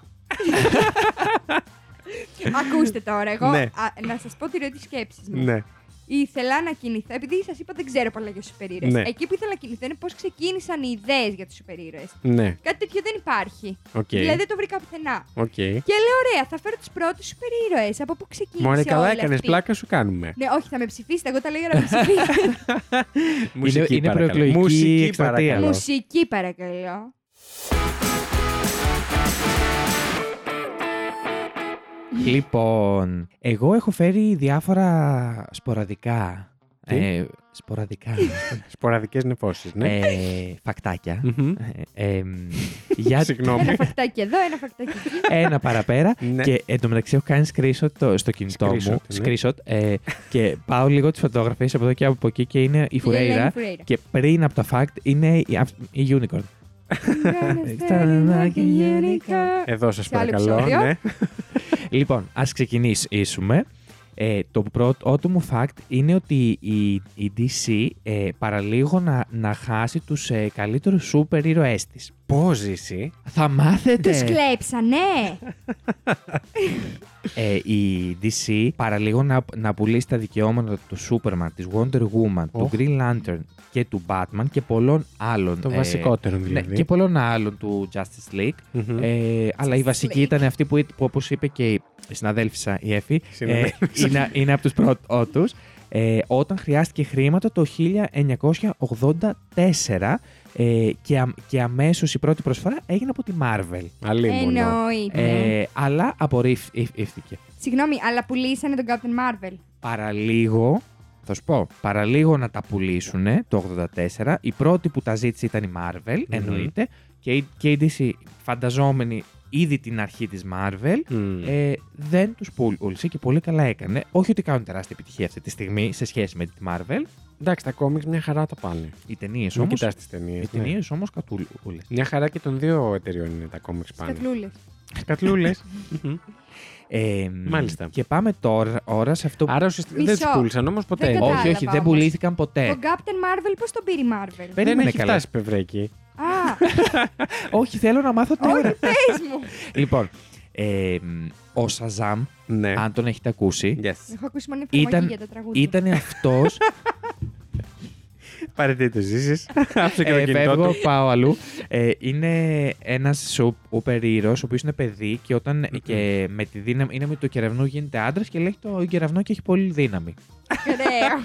S2: Ακούστε τώρα, εγώ
S1: Ναι.
S2: α, να σας πω τη ροή τη σκέψης μου.
S1: Ναι.
S2: Ήθελα να κινηθώ, επειδή σας είπα δεν ξέρω πολλά για τους υπερήρωες.
S1: Ναι.
S2: Εκεί που ήθελα να κινηθώ είναι πώς ξεκίνησαν οι ιδέες για τους υπερήρωες.
S1: Ναι.
S2: Κάτι τέτοιο δεν υπάρχει.
S1: Οκ.
S2: Δηλαδή δεν το βρήκα πουθενά.
S1: Οκ.
S2: Και λέω, ωραία, θα φέρω τους πρώτους υπερήρωες. Από πού ξεκίνησε.
S1: Μωρέ, καλά
S2: όλη
S1: έκανε.
S2: αυτή.
S1: Πλάκα σου κάνουμε.
S2: Ναι, όχι, θα με ψηφίσετε. Εγώ τα λέω για να με ψηφίσετε.
S1: Μουσική,
S4: είναι
S1: παρακαλώ.
S4: προεκλογική
S1: Μουσική,
S4: εκστρατεία.
S1: παρακαλώ.
S2: Μουσική, παρακαλώ.
S4: Λοιπόν, εγώ έχω φέρει διάφορα σποραδικά.
S1: Τι?
S4: Ε, σποραδικά.
S1: Σποραδικές νεφώσει, ναι.
S4: ε, φακτάκια.
S1: Μμμ.
S4: Ε, εμ, για
S1: Συγγνώμη.
S2: Ένα φακτάκι εδώ, ένα φακτάκι εκεί.
S4: ένα παραπέρα.
S1: Ναι.
S4: και εν τω μεταξύ έχω κάνει screenshot το- στο κινητό μου.
S1: Screenshot, ναι.
S4: Screenshot. ε, και πάω λίγο τις φωτογραφίες από εδώ και από εκεί και είναι η
S2: Η Ελένη
S4: Φουρέιρα.
S2: Φουρέιρα.
S4: και πριν από τα fact είναι η, αυ- η Unicorn.
S2: Ήταν ένα γενικά.
S1: Εδώ σας
S2: Σε άλλο
S1: παρακαλώ.
S2: επεισόδιο.
S1: Ναι.
S4: λοιπόν, ας ξεκινήσουμε. Ε, το πρώτο μου fact είναι ότι η, η DC ε, παραλίγο να, να χάσει τους ε, καλύτερους σούπερ ήρωές της.
S1: Πώς ζήσει.
S4: Θα μάθετε!
S1: Ε,
S2: Τους κλέψανε!
S4: ε, η DC παραλίγο να, να πουλήσει τα δικαιώματα του Superman, της Wonder Woman, του
S1: Οχ.
S4: Green Lantern και του Batman και πολλών άλλων.
S1: Το
S4: ε,
S1: βασικότερο
S4: Ναι,
S1: δηλαδή.
S4: και πολλών άλλων του Justice League.
S1: Μμμ.
S4: Ε, αλλά η βασική
S2: League.
S4: ήταν αυτή που, που όπως είπε και η συναδέλφισσα η Εφη, ε,
S1: Συναδέλφισσα.
S4: είναι, είναι από τους πρώτους, ε, όταν χρειάστηκε χρήματα το 1984 ε, και, α, και αμέσως η πρώτη προσφορά έγινε από τη Marvel.
S1: Αλίμονο.
S2: Εννοείται.
S4: Ε, αλλά απορρίφθηκε.
S2: Συγγνώμη, αλλά πουλήσανε τον Captain Marvel.
S4: Παραλίγο, θα σου πω, παραλίγο να τα πουλήσουν το 84. Η πρώτη που τα ζήτησε ήταν η Marvel, εννοείται. Και, η- και η DC, φανταζόμενη ήδη την αρχή της Marvel,
S1: Μμ.
S4: ε, δεν τους πούλησε και πολύ καλά έκανε. Όχι ότι κάνουν τεράστια επιτυχία αυτή τη στιγμή σε σχέση με τη Marvel.
S1: Εντάξει, τα κόμιξ μια χαρά τα πάνε.
S4: Οι ταινίες
S1: Μην
S4: όμως... Ε,
S1: κοιτάς τις ταινίες.
S4: Οι ταινίες όμως κατούλε.
S1: ναι. Μια χαρά και των δύο εταιριών είναι τα κόμιξ πάνε.
S2: Σκατλούλες.
S1: Κατλούλε.
S4: Ε,
S1: Μάλιστα.
S4: Και πάμε τώρα ώρα σε αυτό που.
S1: Άρα ουσιαστικά δεν
S2: Μισό.
S1: τι πούλησαν όμως ποτέ.
S2: Δεν
S4: όχι, όχι,
S2: κατάλαβα
S4: δεν
S2: όμως.
S4: πουλήθηκαν
S1: Ε.
S4: ποτέ.
S2: Τον Captain Marvel πώς τον πήρε η Marvel.
S4: Πε-
S1: Δεν
S4: Περίμενε
S1: έχει
S4: καλά.
S1: φτάσει πευρέκι.
S2: Α,
S4: όχι, θέλω να μάθω τώρα.
S2: όχι, πες μου.
S4: λοιπόν, ε, ο Σαζάμ,
S1: Ναι.
S4: αν τον έχετε ακούσει,
S1: Yes.
S2: Έχω ακούσει μόνο εφαρμογή
S4: Ήταν-
S2: για τα τραγούδια.
S4: ήταν αυτός.
S1: Πάρετε το ζήσει. Άψε και το
S4: ε,
S1: κινητό
S4: φεύγω,
S1: του.
S4: πάω αλλού. Ε, είναι ένας σούπερ ήρωο, ο οποίος είναι παιδί και, όταν,
S1: Μμμ.
S4: και με τη δύναμη, είναι με το κεραυνό, γίνεται άντρας και λέει το κεραυνό και έχει πολύ δύναμη.
S2: Ωραίο.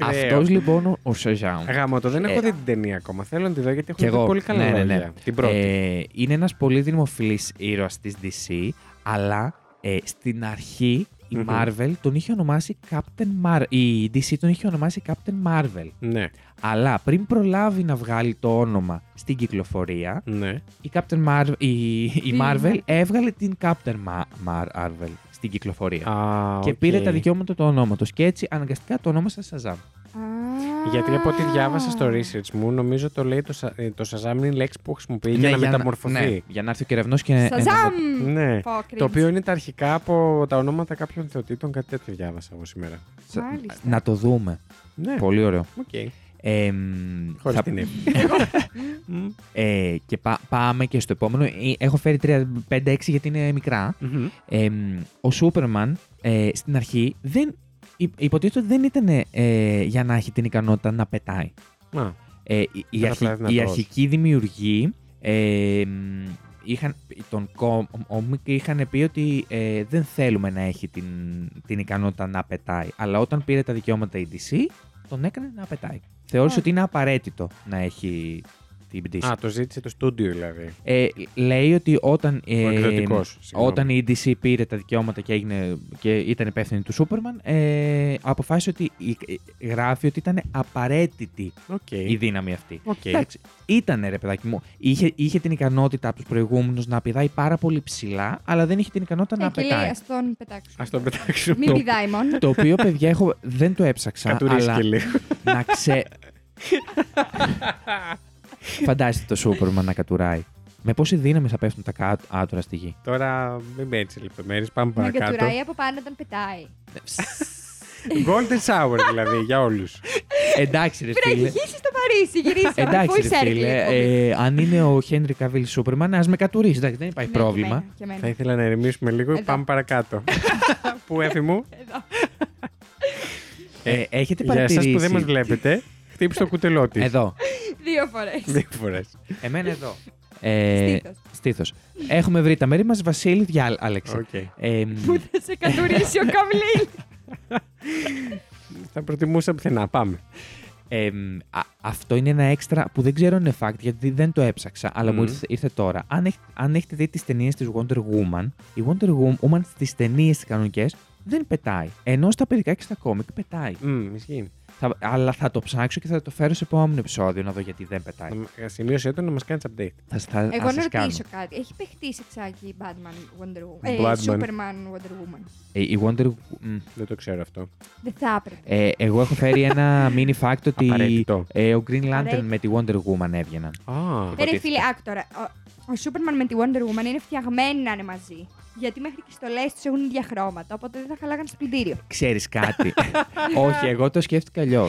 S4: Αυτός λοιπόν ο- ο Σαζάμ.
S1: Γάμο το, δεν έχω
S4: Ε.
S1: δει την ταινία ακόμα. Θέλω να τη δω γιατί
S4: Κι
S1: έχω
S4: εγώ.
S1: πολύ καλά
S4: Ναι, ναι,
S1: λόγια.
S4: ναι.
S1: Την πρώτη.
S4: Ε, είναι ένας πολύ δημοφιλής ήρωας της DC, αλλά ε, στην αρχή η
S1: Μμμ.
S4: Marvel τον είχε ονομάσει Captain Mar- η DC τον είχε ονομάσει Captain Marvel.
S1: Ναι,
S4: Αλλά πριν προλάβει να βγάλει το όνομα στην κυκλοφορία,
S1: ναι.
S4: η, Captain Mar- η, η
S2: Η
S4: Marvel
S2: Mar-
S4: έβγαλε την Captain Ma- Mar- Marvel στην κυκλοφορία.
S1: Α,
S4: και
S1: οκ.
S4: πήρε τα δικαιώματα του ονόματος και έτσι αναγκαστικά το ονόμασε Shazam.
S2: Α.
S1: Γιατί από ό,τι διάβασα στο research μου, νομίζω το λέει το, σα- ε, το Shazam είναι η λέξη που χρησιμοποιεί
S4: Ναι,
S1: για να
S4: ναι,
S1: μεταμορφωθεί.
S4: για να έρθει ο κεραυνός και...
S2: Σαζάμ!
S1: Ναι.
S2: Πω,
S1: Το
S2: cringe.
S1: οποίο είναι τα αρχικά από τα ονόματα κάποιων θεοτήτων, κάτι τέτοιο διάβασα εγώ σήμερα.
S4: Σα-
S2: Μάλιστα.
S4: Να το δούμε.
S1: Ναι,
S4: Πολύ ωραίο.
S1: οκ.
S4: Ε, μ,
S1: Χωρίς
S4: θα-
S1: την ύφη. Μμμ.
S4: ε, και πά- πάμε και στο επόμενο. Ε, Έχω φέρει 3-5-6 γιατί είναι μικρά.
S1: Μμμ.
S4: Ε, μ, ο Σούπερμαν ε, στην αρχή δεν, υ- υποτίθεται ότι δεν ήταν ε, για να έχει την ικανότητα να πετάει.
S1: Α,
S4: Ε, η- η,
S1: Ήταν
S4: αρχι-
S1: απλά δυνατός.
S4: η αρχική δημιουργή ε, μ, είχαν, τον κόμικ είχαν πει ότι ε, δεν θέλουμε να έχει την, την ικανότητα να πετάει. Αλλά όταν πήρε τα δικαιώματα η DC, τον έκανε να πετάει. Θεώρησε
S2: Α.
S4: ότι είναι απαραίτητο να έχει την πτήση.
S1: Α, το ζήτησε το στούντιο δηλαδή.
S4: Ε, λέει ότι όταν, ε,
S1: Ο εκδοτικό.
S4: όταν η DC πήρε τα δικαιώματα και, έγινε, και ήταν υπεύθυνη του Σούπερμαν, ε, αποφάσισε ότι η- ε, γράφει ότι ήταν απαραίτητη
S1: Οκ.
S4: η δύναμη αυτή.
S1: Οκ.
S4: Εντάξει, ήταν ρε παιδάκι μου. Είχε, είχε την ικανότητα από τους προηγούμενους να πηδάει πάρα πολύ ψηλά, αλλά δεν είχε την ικανότητα
S2: Ναι,
S4: να
S2: και λέει,
S4: πετάει.
S2: ας τον πετάξουμε.
S1: Ας τον πετάξουμε.
S2: Μην πηδάει μόνο.
S4: Το οποίο, παιδιά, έχω, δεν το έψαξα.
S1: Κατουρίσει
S4: αλλά
S1: και λίγο.
S4: να ξέ. Φαντάζεστε το Σούπερμαν να κατουράει. Με πόση δύναμη θα πέφτουν τα κάτω άτορα στη γη.
S1: Τώρα μην με έτσι λεπτομέρειες. Πάμε
S2: Να
S1: παρακάτω.
S2: κατουράει από πάνω όταν πετάει.
S1: Golden shower δηλαδή για όλους.
S4: Εντάξει, ρε
S2: Πρέπει να
S4: φίλε.
S2: γυρίσεις στο Παρίσι, γυρίσει.
S4: Εντάξει,
S2: Voice
S4: ρε φίλε.
S2: Circle, εκπομπή.
S4: ε, αν είναι ο Χένρι Καβίλ Σούπερμαν, ας με κατουρίσει. Εντάξει, δεν υπάρχει
S2: Ναι,
S4: πρόβλημα.
S2: και εμένα, και
S1: Θα
S2: εμένα.
S1: ήθελα να ερεμήσουμε λίγο.
S2: Εδώ.
S1: Πάμε παρακάτω. Πού έφη μου.
S2: Εδώ.
S4: Ε, έχετε
S1: Για εσάς
S4: παρατηρήσει.
S1: που δεν μας βλέπετε, χτύπησε το κουτελό της.
S4: Εδώ.
S2: Δύο φορές.
S1: Δύο φορές.
S4: Εμένα εδώ. Ε,
S2: Στήθος.
S4: Στήθος. Έχουμε βρει τα μέρη μας. Βασίλη, διάλεξε.
S1: Οκ.
S4: Ε,
S2: Που θα σε κατουρίσει ο Καβλίλ.
S1: Θα προτιμούσα πουθενά. Πάμε.
S4: ε, α- αυτό είναι ένα έξτρα που δεν ξέρω αν είναι fact γιατί δεν το έψαξα, αλλά μου
S1: Μμμ.
S4: ήρθε, ήρθε τώρα. Αν, έχ- αν έχετε δει τις ταινίες της Wonder Woman, η Wonder Wom- Woman στις ταινίες τις κανονικές δεν πετάει. Ενώ στα παιδικά και στα κόμικ πετάει.
S1: Μμμ, Ισχύει.
S4: Θα- αλλά θα το ψάξω και θα το φέρω σε επόμενο επεισόδιο να δω γιατί δεν πετάει.
S1: Να- Σημείωσε το να μας κάνεις update.
S4: Θα, θα,
S2: Εγώ
S4: θα
S2: να
S4: σας κάνω.
S2: ρωτήσω κάτι. Έχει παιχτεί σε ξάκι Batman Wonder Woman. Ε,
S1: Batman.
S2: Superman Wonder Woman.
S4: Ε, η Wonder... μ,
S1: Δεν το ξέρω αυτό.
S2: Δεν θα έπρεπε.
S4: Ε, εγώ έχω φέρει ένα mini fact ότι
S1: Απαραίτητο.
S4: ε, ο Green Lantern
S2: Απαραίτητο.
S4: με τη Wonder Woman έβγαιναν.
S1: Α,
S2: Ε, Ρε
S4: υποτίθεται.
S2: φίλε, άκτορα. ο Σούπερμαν με τη Wonder Woman είναι φτιαγμένοι να είναι μαζί. Γιατί μέχρι και οι στολές τους έχουν ίδια χρώματα, οπότε δεν θα χαλάγανε στο πλυντήριο.
S4: Ξέρεις κάτι. Όχι, εγώ το σκέφτηκα αλλιώς.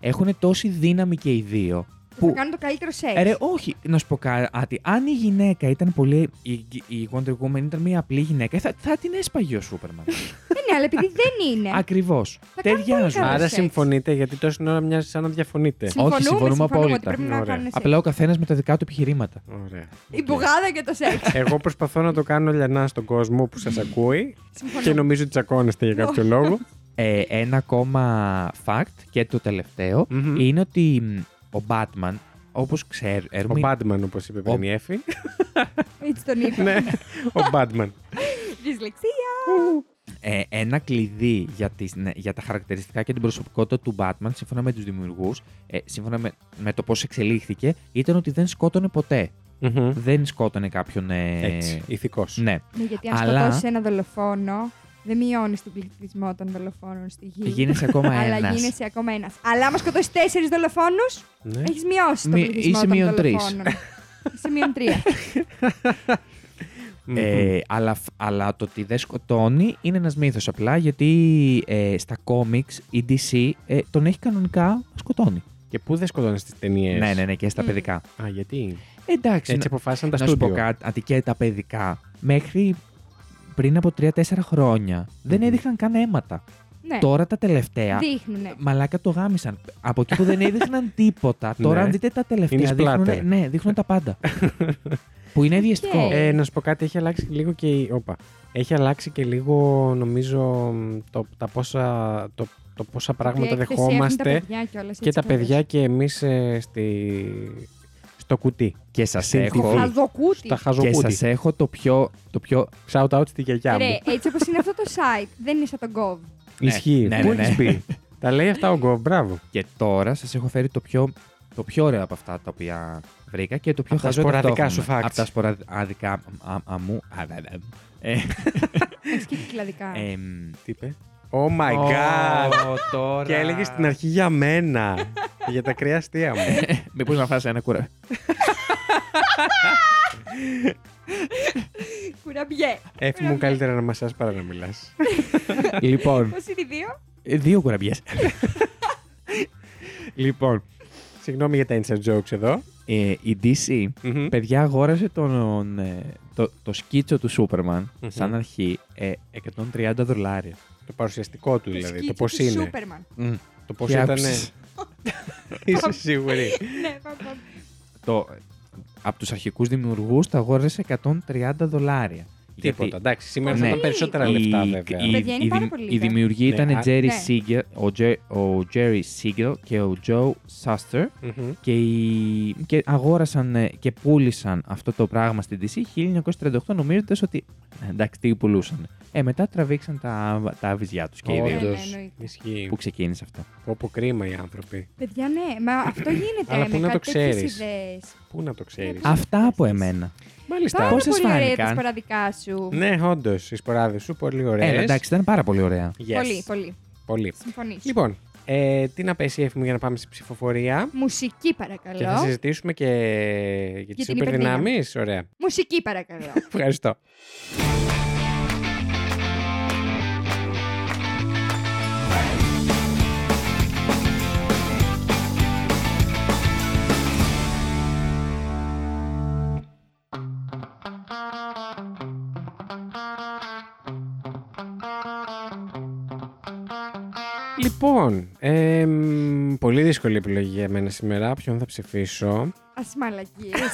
S4: Έχουν τόση δύναμη και οι δύο.
S2: Που... Θα κάνουν το καλύτερο σεξ.
S4: Ε, Ρε, όχι, να σου πω κάτι. Αν η γυναίκα ήταν πολύ. Η, η Wonder Woman ήταν μια απλή γυναίκα, θα, θα την έσπαγε ο Σούπερμαν.
S2: δεν είναι, αλλά επειδή δεν είναι.
S4: Ακριβώς.
S2: Ναι. Θα κάνουν
S4: Ταιριάζουν.
S2: πολύ Κάνω
S1: Άρα
S2: σεξ.
S1: συμφωνείτε, γιατί τόση ώρα μοιάζει σαν να διαφωνείτε.
S4: Συμ- όχι, συμφωνούμε
S2: ότι
S4: απόλυτα.
S2: πρέπει να
S1: Ωραία.
S2: κάνουν σεξ.
S4: Απλά ο καθένας με τα δικά του επιχειρήματα.
S1: Ωραία.
S2: Η μπουγάδα και το σεξ.
S1: Εγώ προσπαθώ να το κάνω λιανά στον κόσμο που σας ακούει και
S2: Συμφωνώ.
S1: νομίζω ότι τσακώνεστε για κάποιο λόγο.
S4: Ε, ένα ακόμα fact και το τελευταιο
S1: Μμμ.
S4: είναι ότι μ, ο Batman, όπως
S1: Ο
S4: ξέρουμε.
S1: Batman, όπως είπε πριν η Εφη.
S2: Έτσι τον είπα.
S1: Ναι, ο Batman.
S2: Δυσλεξία.
S4: ε, ένα κλειδί για, τις, ναι, για τα χαρακτηριστικά και την προσωπικότητα του Batman, σύμφωνα με τους δημιουργούς, ε, σύμφωνα με, με το πώς εξελίχθηκε, ήταν ότι δεν σκότωνε ποτέ.
S1: Μμμ.
S4: Δεν σκότωνε κάποιον... ε,
S1: Έτσι. Ηθικός.
S4: Ναι.
S2: Ναι, γιατί αν
S4: Αλλά-
S2: σκοτώσει ένα δολοφόνο, δεν μειώνεις τον πληθυσμό των δολοφόνων στη γη.
S4: Γίνεσαι ακόμα
S2: αλλά
S4: ένας.
S2: γίνεσαι ακόμα ένας. Αλλά άμα σκοτώσεις τέσσερις δολοφόνους,
S1: Ναι.
S2: έχεις μειώσει τον
S4: Ε, Μη-
S2: πληθυσμό
S4: είσαι
S2: των
S4: μείον τρεις.
S2: δολοφόνων. Είσαι μείον τρία.
S1: Μμμ.
S4: Ε, αλλά, φ- αλλά το ότι δεν σκοτώνει είναι ένας μύθος απλά γιατί ε, στα κόμιξ η DC ε, τον έχει κανονικά σκοτώνει.
S1: Και πού δεν σκοτώνεις τις ταινίες.
S4: Ναι, ναι, ναι, και στα
S2: Μμ.
S4: παιδικά.
S1: Α, γιατί.
S4: Εντάξει,
S1: Έτσι
S4: να,
S1: αποφάσισαν τα
S4: να σου πω
S1: στούντιο.
S4: κάτι, αντί και τα παιδικά, μέχρι πριν από 3-4 χρόνια δεν
S1: Μμμ.
S4: έδειχναν καν αίματα.
S2: ναι,
S4: Τώρα τα τελευταία.
S2: δείχνουνε.
S4: Μαλάκα το γάμισαν. Από εκεί που δεν έδειχναν τίποτα. Τώρα,
S1: Ναι.
S4: αν δείτε τα τελευταία.
S1: Είναι
S4: δείχνουνε-
S1: splatter.
S4: ναι, δείχνουν τα πάντα. που είναι διαιστικό.
S2: Οκ.
S1: Ε, να σου πω κάτι, έχει αλλάξει λίγο και. η- Όπα. Έχει αλλάξει και λίγο, νομίζω, μ, το, τα πόσα, το, το πόσα πράγματα
S2: Η έκθεση
S1: δεχόμαστε
S2: έχουν τα παιδιά κιόλας,
S1: και
S2: έτσι
S1: τα
S2: κι αλλιώς.
S1: παιδιά και εμείς στη... στο κουτί.
S4: και σας
S1: Στην
S4: έχω.
S2: Το
S1: TV.
S2: χαζοκούτι.
S1: Στα
S4: Και
S1: χαζοκούτι.
S4: σας Ναι. έχω το πιο. Το πιο...
S1: Shout out στη γιαγιά
S2: Ρε,
S1: μου.
S2: έτσι όπως είναι αυτό το site, δεν είναι σαν τον Gov.
S4: Ναι,
S1: Ισχύει.
S4: ναι,
S1: Πού
S4: ναι,
S1: έχεις
S4: ναι.
S1: πει. Τα λέει αυτά ο Γκοβ, μπράβο.
S4: Και τώρα σας έχω φέρει το πιο, το πιο ωραίο από αυτά τα οποία βρήκα και το πιο
S1: Απ' τα
S4: χαζό
S1: σποραδικά
S4: ταυτόχρονα.
S1: σου facts.
S4: Απ' τα σποραδικά α- α- μου. α, δε, δε. Ε,
S2: Έχει και κυκλαδικά.
S4: εμ,
S1: Τι είπε. Oh my
S4: ω,
S1: god.
S4: Oh, τώρα.
S1: Και έλεγε στην αρχή για μένα. για τα κρύα αστεία μου.
S4: Μήπως να φας ένα κουρά.
S2: Κουραμπιέ.
S1: Έφη μου καλύτερα να μασάς παρά να μιλάς.
S4: λοιπόν,
S2: Πώς είναι οι δύο.
S4: ε, δύο κουραμπιές.
S1: λοιπόν. Συγγνώμη για τα inside jokes εδώ.
S4: Ε, η DC,
S1: Μμμ.
S4: παιδιά, αγόρασε τον, ε, το, το σκίτσο του σουπερμαν
S1: Μμμ.
S4: σαν αρχή ε, 130 δολάρια.
S1: Το παρουσιαστικό του δηλαδή. Το πώ
S2: σκίτσο του
S1: είναι.
S2: Σούπερμαν.
S1: Το πώς
S4: Και
S1: ήταν.
S4: άκουσες.
S1: Είσαι σίγουρη.
S2: Ναι, πάμε, πάμε.
S4: Το, από τους αρχικούς δημιουργούς το αγόρασε 130 δολάρια.
S1: Τίποτα. Εντάξει, σήμερα θα
S4: Ναι.
S1: ήταν περισσότερα
S4: η-
S1: λεφτά
S4: η-
S1: βέβαια.
S4: Η,
S2: Παιδιά, είναι
S4: η-
S2: πάρα
S4: η-
S2: πολύ
S4: η
S2: λίγα.
S4: δημιουργοί
S1: Ναι,
S4: ήταν
S1: α-
S4: Jerry
S2: Ναι.
S4: Siegel, ο, Jer, ο Jerry Siegel και ο Joe Suster
S1: Μμμ.
S4: και, οι- και αγόρασαν ε, και πούλησαν αυτό το πράγμα στην DC 1938 νομίζοντας ότι ε, εντάξει τι πουλούσαν. Ε, μετά τραβήξαν τα, τα βυζιά τους και οι δύο.
S2: Ωραία.
S1: Όντως,
S2: Ναι, εννοείται.
S1: Ισχύει.
S4: Πού ξεκίνησε αυτό.
S1: Όπου κρίμα οι άνθρωποι.
S2: Παιδιά, ναι, μα αυτό γίνεται.
S1: Αλλά πού
S2: με
S1: να το
S2: κάτι τέτοιες
S1: ξέρεις.
S2: ιδέες.
S1: Πού να το ξέρει.
S2: Α,
S4: Αυτά από εμένα.
S1: Μάλιστα.
S2: Πάρα
S4: Πώς σας
S2: πολύ ωραία
S4: φάνηκαν?
S2: τα σποραδικά σου.
S1: Ναι, όντως, οι σποράδες σου πολύ ωραίε.
S4: Έλα, Ε, εντάξει, ήταν πάρα πολύ ωραία.
S2: Πολύ, πολύ.
S1: πολύ.
S2: Συμφωνείς.
S1: Λοιπόν, ε, τι να πέσει η Εύη μου για να πάμε στη ψηφοφορία.
S2: Μουσική
S1: Και θα
S2: παρακαλώ.
S1: συζητήσουμε και για τις
S2: την
S1: υπερδυνάμεις. Ωραία.
S2: Μουσική παρακαλώ.
S1: Ευχαριστώ. Λοιπόν, εμ, πολύ δύσκολη επιλογή για μένα σήμερα. Ποιον θα ψηφίσω.
S2: Ας μαλακίες.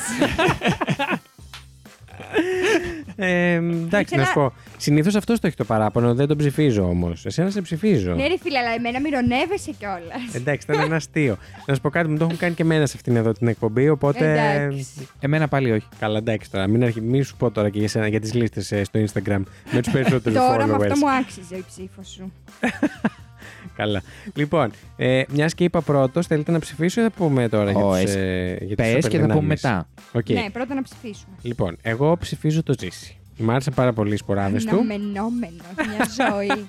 S1: Ε, εντάξει,
S2: Ήθελα-
S1: να σου πω. Συνήθως αυτός το έχει το παράπονο, δεν τον ψηφίζω όμως. Εσένα σε ψηφίζω.
S2: Ναι ρε φίλε, αλλά εμένα μοιρονεύεσαι κιόλας.
S1: Εντάξει, ήταν ένα αστείο. να σου πω κάτι, μου το έχουν κάνει και εμένα σε αυτήν εδώ την εκπομπή, οπότε.
S2: Εντάξει.
S4: Εμένα πάλι όχι.
S1: Καλά, εντάξει τώρα. Μην, αρχι... μην σου πω τώρα και για, σένα, για τις λίστες στο Instagram με τους περισσότερους
S2: Τώρα με
S1: followers.
S2: αυτό μου άξιζε η ψήφος σου.
S1: Καλά. Λοιπόν, ε, μιας και είπα πρώτος, θέλετε να ψηφίσω ή θα πούμε τώρα για
S4: Ω,
S1: τους,
S4: εσύ.
S1: ε, για τις
S4: Πες και θα πούμε
S1: υπερδυνάμεις?
S4: μετά.
S1: Οκ.
S2: Ναι, πρώτα να ψηφίσουμε.
S1: Λοιπόν, εγώ ψηφίζω το Τζίσι. Μ' άρεσαν πάρα πολύ οι σποράδες
S2: Ναι,
S1: του.
S2: Αναμενόμενος, μια ζωή.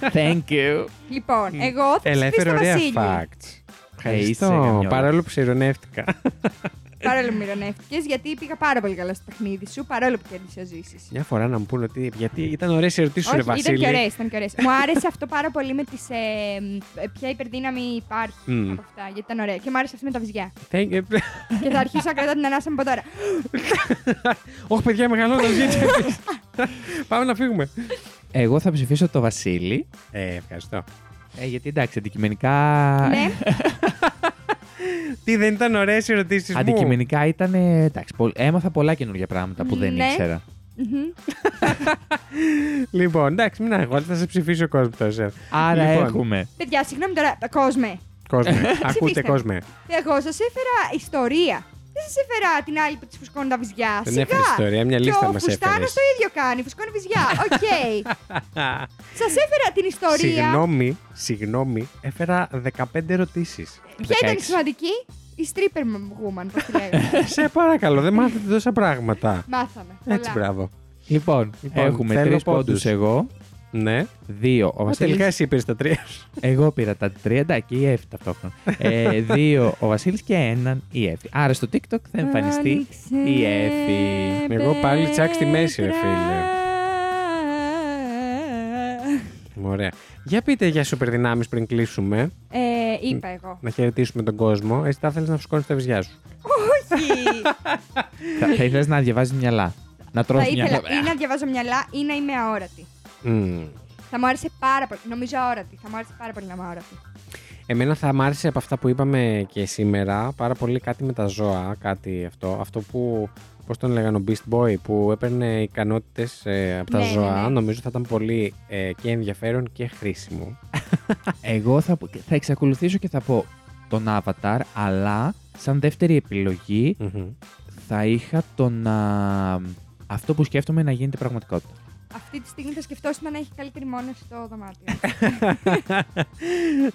S4: Thank you.
S2: Λοιπόν, εγώ θα ψηφίσω
S1: Έλα, έφερε
S2: το
S1: ωραία
S2: Βασίλη.
S1: facts.
S4: Ε, είσαι
S1: Ευχαριστώ.
S4: καμιόλας.
S1: Παρόλο που σε ειρωνεύτηκα.
S2: Παρόλο που μοιρονεύτηκε, γιατί πήγα πάρα πολύ καλά στο παιχνίδι σου, παρόλο που κέρδισε ο Ζήσης.
S1: Μια φορά να μου πούνε ότι. Γιατί ήταν ωραίες ερωτήσεις σου, ρε
S2: Όχι, ήταν
S1: Βασίλη.
S2: και ωραίες, ήταν και ωραίες. Μου άρεσε αυτό πάρα πολύ με τις, ε, μ, ε, ποια υπερδύναμη υπάρχει
S1: Μμμ.
S2: από αυτά, γιατί ήταν ωραία. Και μου άρεσε αυτή με τα βυζιά.
S1: Thank you.
S2: και θα αρχίσω να κρατάω την ανάσα μου από τώρα.
S1: Όχι, παιδιά, μεγαλώντα γιατί. Πάμε να φύγουμε.
S4: Εγώ θα ψηφίσω το Βασίλη.
S1: Ε, ευχαριστώ.
S4: Ε, γιατί εντάξει, αντικειμενικά.
S2: ναι,
S1: Τι δεν ήταν ωραίες ερωτήσεις μου.
S4: Αντικειμενικά ήταν. ε, Εντάξει, πο- έμαθα πολλά καινούργια πράγματα που δεν
S2: Ναι.
S4: ήξερα.
S2: μμμ.
S1: Λοιπόν, εντάξει, μην αγχώνεσαι, θα σε ψηφίσει ο κόσμος τώρα. Σερ.
S4: Άρα
S1: Λοιπόν,
S4: έχουμε.
S2: παιδιά, συγγνώμη τώρα, τα κόσμε.
S1: Κόσμε. Ακούστε,
S2: Ψηφίστε.
S1: κόσμε.
S2: Εγώ σας έφερα ιστορία. Δεν σα έφερα την άλλη που της φουσκώνει τα βυζιά.
S1: Δεν
S2: Σιγά.
S1: έφερε ιστορία, μια λίστα
S2: Και
S1: μα
S2: ο Φουστάνος
S1: έφερες.
S2: το ίδιο κάνει, φουσκώνει βυζιά. Οκ. σας έφερα την ιστορία.
S1: Συγγνώμη, συγγνώμη, έφερα 15 ερωτήσεις.
S2: Ποια ήταν
S4: 16.
S2: η σημαντική, η stripper woman, πώς τη λέγαμε.
S1: σε παρακαλώ, δεν μάθετε τόσα πράγματα.
S2: Μάθαμε.
S1: Έτσι,
S2: Πολλά.
S1: μπράβο.
S4: Λοιπόν,
S1: Λοιπόν,
S4: έχουμε
S1: θέλω
S4: τρεις πόντους
S1: πόντους.
S4: εγώ,
S1: Ναι.
S4: δύο ο
S1: Μα τελικά
S4: Βασίλη.
S1: εσύ πήρες τα τρία. σου.
S4: Εγώ πήρα τα τρία, εντάξει, η Εύη ταυτόχρονα. ε, δύο ο Βασίλης και έναν η Εύη. Άρα στο TikTok θα εμφανιστεί η Εύη.
S1: Εγώ πάλι τσακ στη μέση, ρε φίλε. Ωραία. Για πείτε για σούπερ δυνάμεις πριν κλείσουμε,
S2: Ε, είπα εγώ.
S1: να χαιρετήσουμε τον κόσμο. Εσύ θα θέλεις να φουσκώνεις τα βυζιά σου.
S2: Όχι.
S4: θα θα ήθελες να διαβάζεις μυαλά. Να
S2: Θα
S4: τρώσει μυαλά.
S2: ήθελα ή να διαβάζω μυαλά ή να είμαι αόρατη.
S1: Μμμ.
S2: Θα μου άρεσε πάρα πολύ. Νομίζω αόρατη. Θα μου άρεσε πάρα πολύ να είμαι αόρατη.
S1: Εμένα θα μ' άρεσε από αυτά που είπαμε και σήμερα πάρα πολύ κάτι με τα ζώα, κάτι αυτό. Αυτό που, πώς τον λέγανε, ο Beast Boy, που έπαιρνε ικανότητες ε, από τα
S2: Ναι, ναι,
S1: ζώα,
S2: ναι.
S1: νομίζω θα ήταν πολύ ε, και ενδιαφέρον και χρήσιμο.
S4: Εγώ θα, θα εξακολουθήσω και θα πω τον Avatar, αλλά σαν δεύτερη επιλογή
S1: Μμμ.
S4: θα είχα τον. α, αυτό που σκέφτομαι να γίνεται πραγματικότητα.
S2: Αυτή τη στιγμή θα σκεφτόσουν να έχει καλύτερη μόνωση στο δωμάτιο.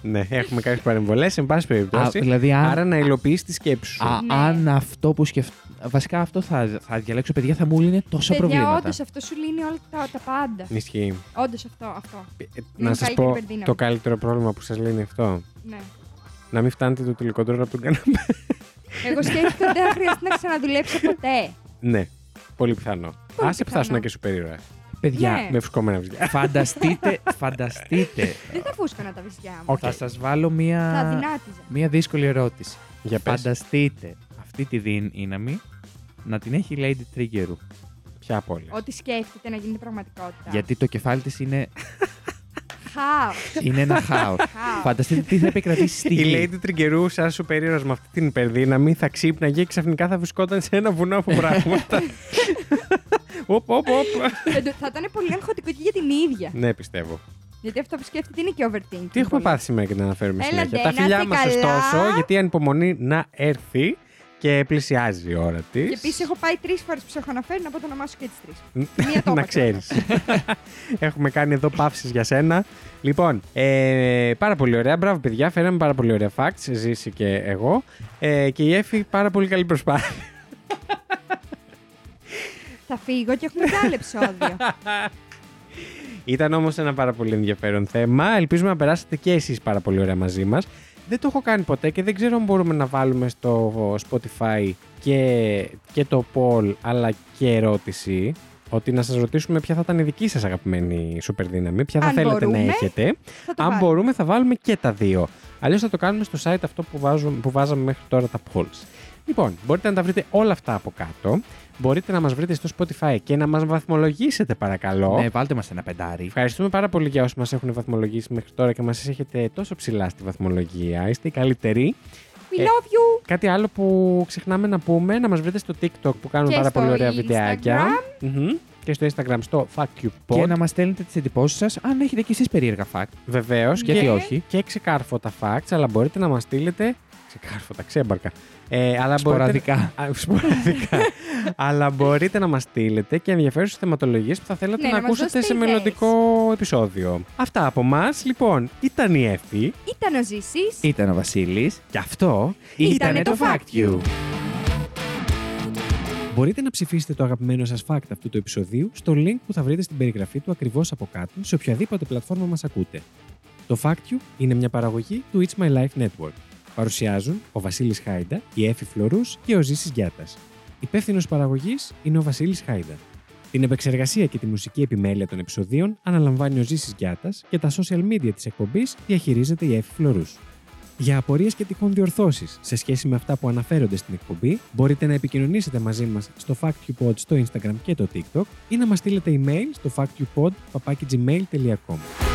S1: ναι, έχουμε κάποιες παρεμβολές, εν πάση
S4: Α,
S1: περιπτώσει.
S4: δηλαδή, αν,
S1: Άρα να υλοποιείς τη σκέψη σου.
S4: α,
S2: Ναι.
S4: αν αυτό που σκεφτόμουν. Βασικά αυτό θα, θα διαλέξω, παιδιά, θα μου λύνει τόσα προβλήματα.
S2: όντως αυτό σου λύνει όλα τα, τα πάντα.
S1: Ισχύει.
S2: Όντως αυτό, αυτό.
S1: Ε,
S2: είναι
S1: Να σας
S2: καλύτερη
S1: πω
S2: υπερδύναμη.
S1: το καλύτερο πρόβλημα που σας λύνει αυτό.
S2: Ναι.
S1: Να μην φτάνετε το τελικό τώρα από τον καναπέ.
S2: Εγώ σκέφτηκα ότι δεν θα χρειαστεί να ξαναδουλέψω ποτέ.
S1: ναι, πολύ πιθανό.
S2: Πολύ
S1: Άσε που θα
S2: πιθανό.
S1: ήσουν και σου περίεργα.
S4: Παιδιά,
S2: Ναι.
S1: Με φουσκωμένα βυζιά.
S4: φανταστείτε, φανταστείτε.
S2: Δεν θα φούσκανα τα βυζιά μου.
S1: Οκ. Ναι.
S4: θα σας βάλω μία,
S2: Θα δυνάτιζα.
S4: μία δύσκολη ερώτηση.
S1: Για πες.
S4: Φανταστείτε αυτή τη δύναμη να την έχει η Lady Trigger.
S1: Ποια από όλα.
S2: Ό,τι σκέφτεται να γίνεται πραγματικότητα.
S4: Γιατί το κεφάλι της είναι,
S2: Χάος.
S4: είναι ένα χάος.
S2: Χάος.
S4: Φανταστείτε τι θα επικρατήσει στη
S1: Η
S4: γη.
S1: Lady Τριγκερού, σαν σου περίεργο με αυτή την υπερδύναμη, θα ξύπναγε και ξαφνικά θα βρισκόταν σε ένα βουνό από πράγματα. οπ, οπ, οπ.
S2: Δεν το- θα ήταν πολύ αγχωτικό και για την ίδια.
S1: ναι, πιστεύω.
S2: Γιατί αυτό που σκέφτεται είναι και overthinking.
S1: Τι έχουμε
S2: πολύ.
S1: πάθει σήμερα και την αναφέρουμε
S2: Έλα,
S1: συνέχεια.
S2: ντε,
S1: Τα
S2: να
S1: φιλιά
S2: είστε
S1: μας,
S2: καλά.
S1: ωστόσο, γιατί η ανυπομονή να έρθει και πλησιάζει η ώρα της.
S2: Και επίσης έχω πάει τρεις φορές που σε έχω αναφέρει να πω το όνομά σου και τις τρεις. μία το
S1: να
S2: είπα
S1: ξέρεις. Έχουμε κάνει εδώ παύσεις για σένα. Λοιπόν, ε, πάρα πολύ ωραία. Μπράβο, παιδιά. Φέραμε πάρα πολύ ωραία facts. Ζήσει και εγώ. Ε, και η Εφη, πάρα πολύ καλή προσπάθεια.
S2: Θα φύγω και έχουμε και άλλο επεισόδιο.
S1: Ήταν όμως ένα πάρα πολύ ενδιαφέρον θέμα. Ελπίζουμε να περάσετε και εσείς πάρα πολύ ωραία μαζί μας. Δεν το έχω κάνει ποτέ και δεν ξέρω αν μπορούμε να βάλουμε στο Spotify και, και το poll αλλά και ερώτηση. Ότι να σας ρωτήσουμε ποια θα ήταν η δική σας αγαπημένη σούπερ δύναμη, ποια θα
S2: Αν
S1: θέλετε να
S2: μπορούμε,
S1: έχετε.
S2: θα το
S1: Αν
S2: βάλω.
S1: μπορούμε, θα βάλουμε και τα δύο. Αλλιώς θα το κάνουμε στο site αυτό που, βάζουμε, που βάζαμε μέχρι τώρα τα polls. Λοιπόν, μπορείτε να τα βρείτε όλα αυτά από κάτω. Μπορείτε να μας βρείτε στο Spotify και να μας βαθμολογήσετε, παρακαλώ.
S4: Ναι, βάλτε μας ένα πεντάρι.
S1: Ευχαριστούμε πάρα πολύ για όσοι μας έχουν βαθμολογήσει μέχρι τώρα και μας έχετε τόσο ψηλά στη βαθμολογία. Είστε οι καλύτεροι. Ε.
S2: We love you.
S1: Κάτι άλλο που ξεχνάμε να πούμε, να μας βρείτε στο TikTok που κάνουμε
S2: Και
S1: πάρα
S2: στο
S1: πολύ ωραία
S2: Instagram.
S1: βιντεάκια. Μμμ. Και στο Instagram, στο Fuck You Pod.
S4: Και να μας στέλνετε τις εντυπώσεις σας αν έχετε κι εσείς περίεργα fact.
S1: Βεβαίως.
S4: Γιατί
S1: και,
S4: όχι.
S1: Και ξεκάρφωτα facts, αλλά μπορείτε να μας στείλετε. Ξεκάρφωτα, ξέμπαρκα. Ε, αλλά μπορείτε,
S4: Σποραδικά.
S1: Α, Σποραδικά. Αλλά μπορείτε να μας στείλετε και ενδιαφέρουσες θεματολογίες που θα θέλατε
S2: Ναι,
S1: να
S2: να μας
S1: ακούσετε
S2: δώσετε
S1: σε
S2: ιδέες.
S1: μελλοντικό επεισόδιο. Αυτά από εμά. Λοιπόν, ήταν η Εφη
S2: Ήταν ο Ζήσης.
S4: Ήταν ο Βασίλης.
S1: και αυτό
S2: Ήτανε το Fact You.
S1: Μπορείτε να ψηφίσετε το αγαπημένο σας fact αυτού του επεισοδίου στο link που θα βρείτε στην περιγραφή του ακριβώς από κάτω σε οποιαδήποτε πλατφόρμα μας ακούτε. Το Fact You είναι μια παραγωγή του It's My Life Network. Παρουσιάζουν ο Βασίλης Χάιντα, η Εφη Φλωρούς και ο Ζήσης Γιάτας. Υπεύθυνος παραγωγής είναι ο Βασίλης Χάιντα. Την επεξεργασία και τη μουσική επιμέλεια των επεισοδίων αναλαμβάνει ο Ζήσης Γιάτας και τα social media της εκπομπής διαχειρίζεται η Εφη Φλωρούς. Για απορίες και τυχόν διορθώσεις σε σχέση με αυτά που αναφέρονται στην εκπομπή, μπορείτε να επικοινωνήσετε μαζί μας στο FactQpod στο Instagram και το TikTok ή να μας στείλετε email στο factqpod.gmail.com.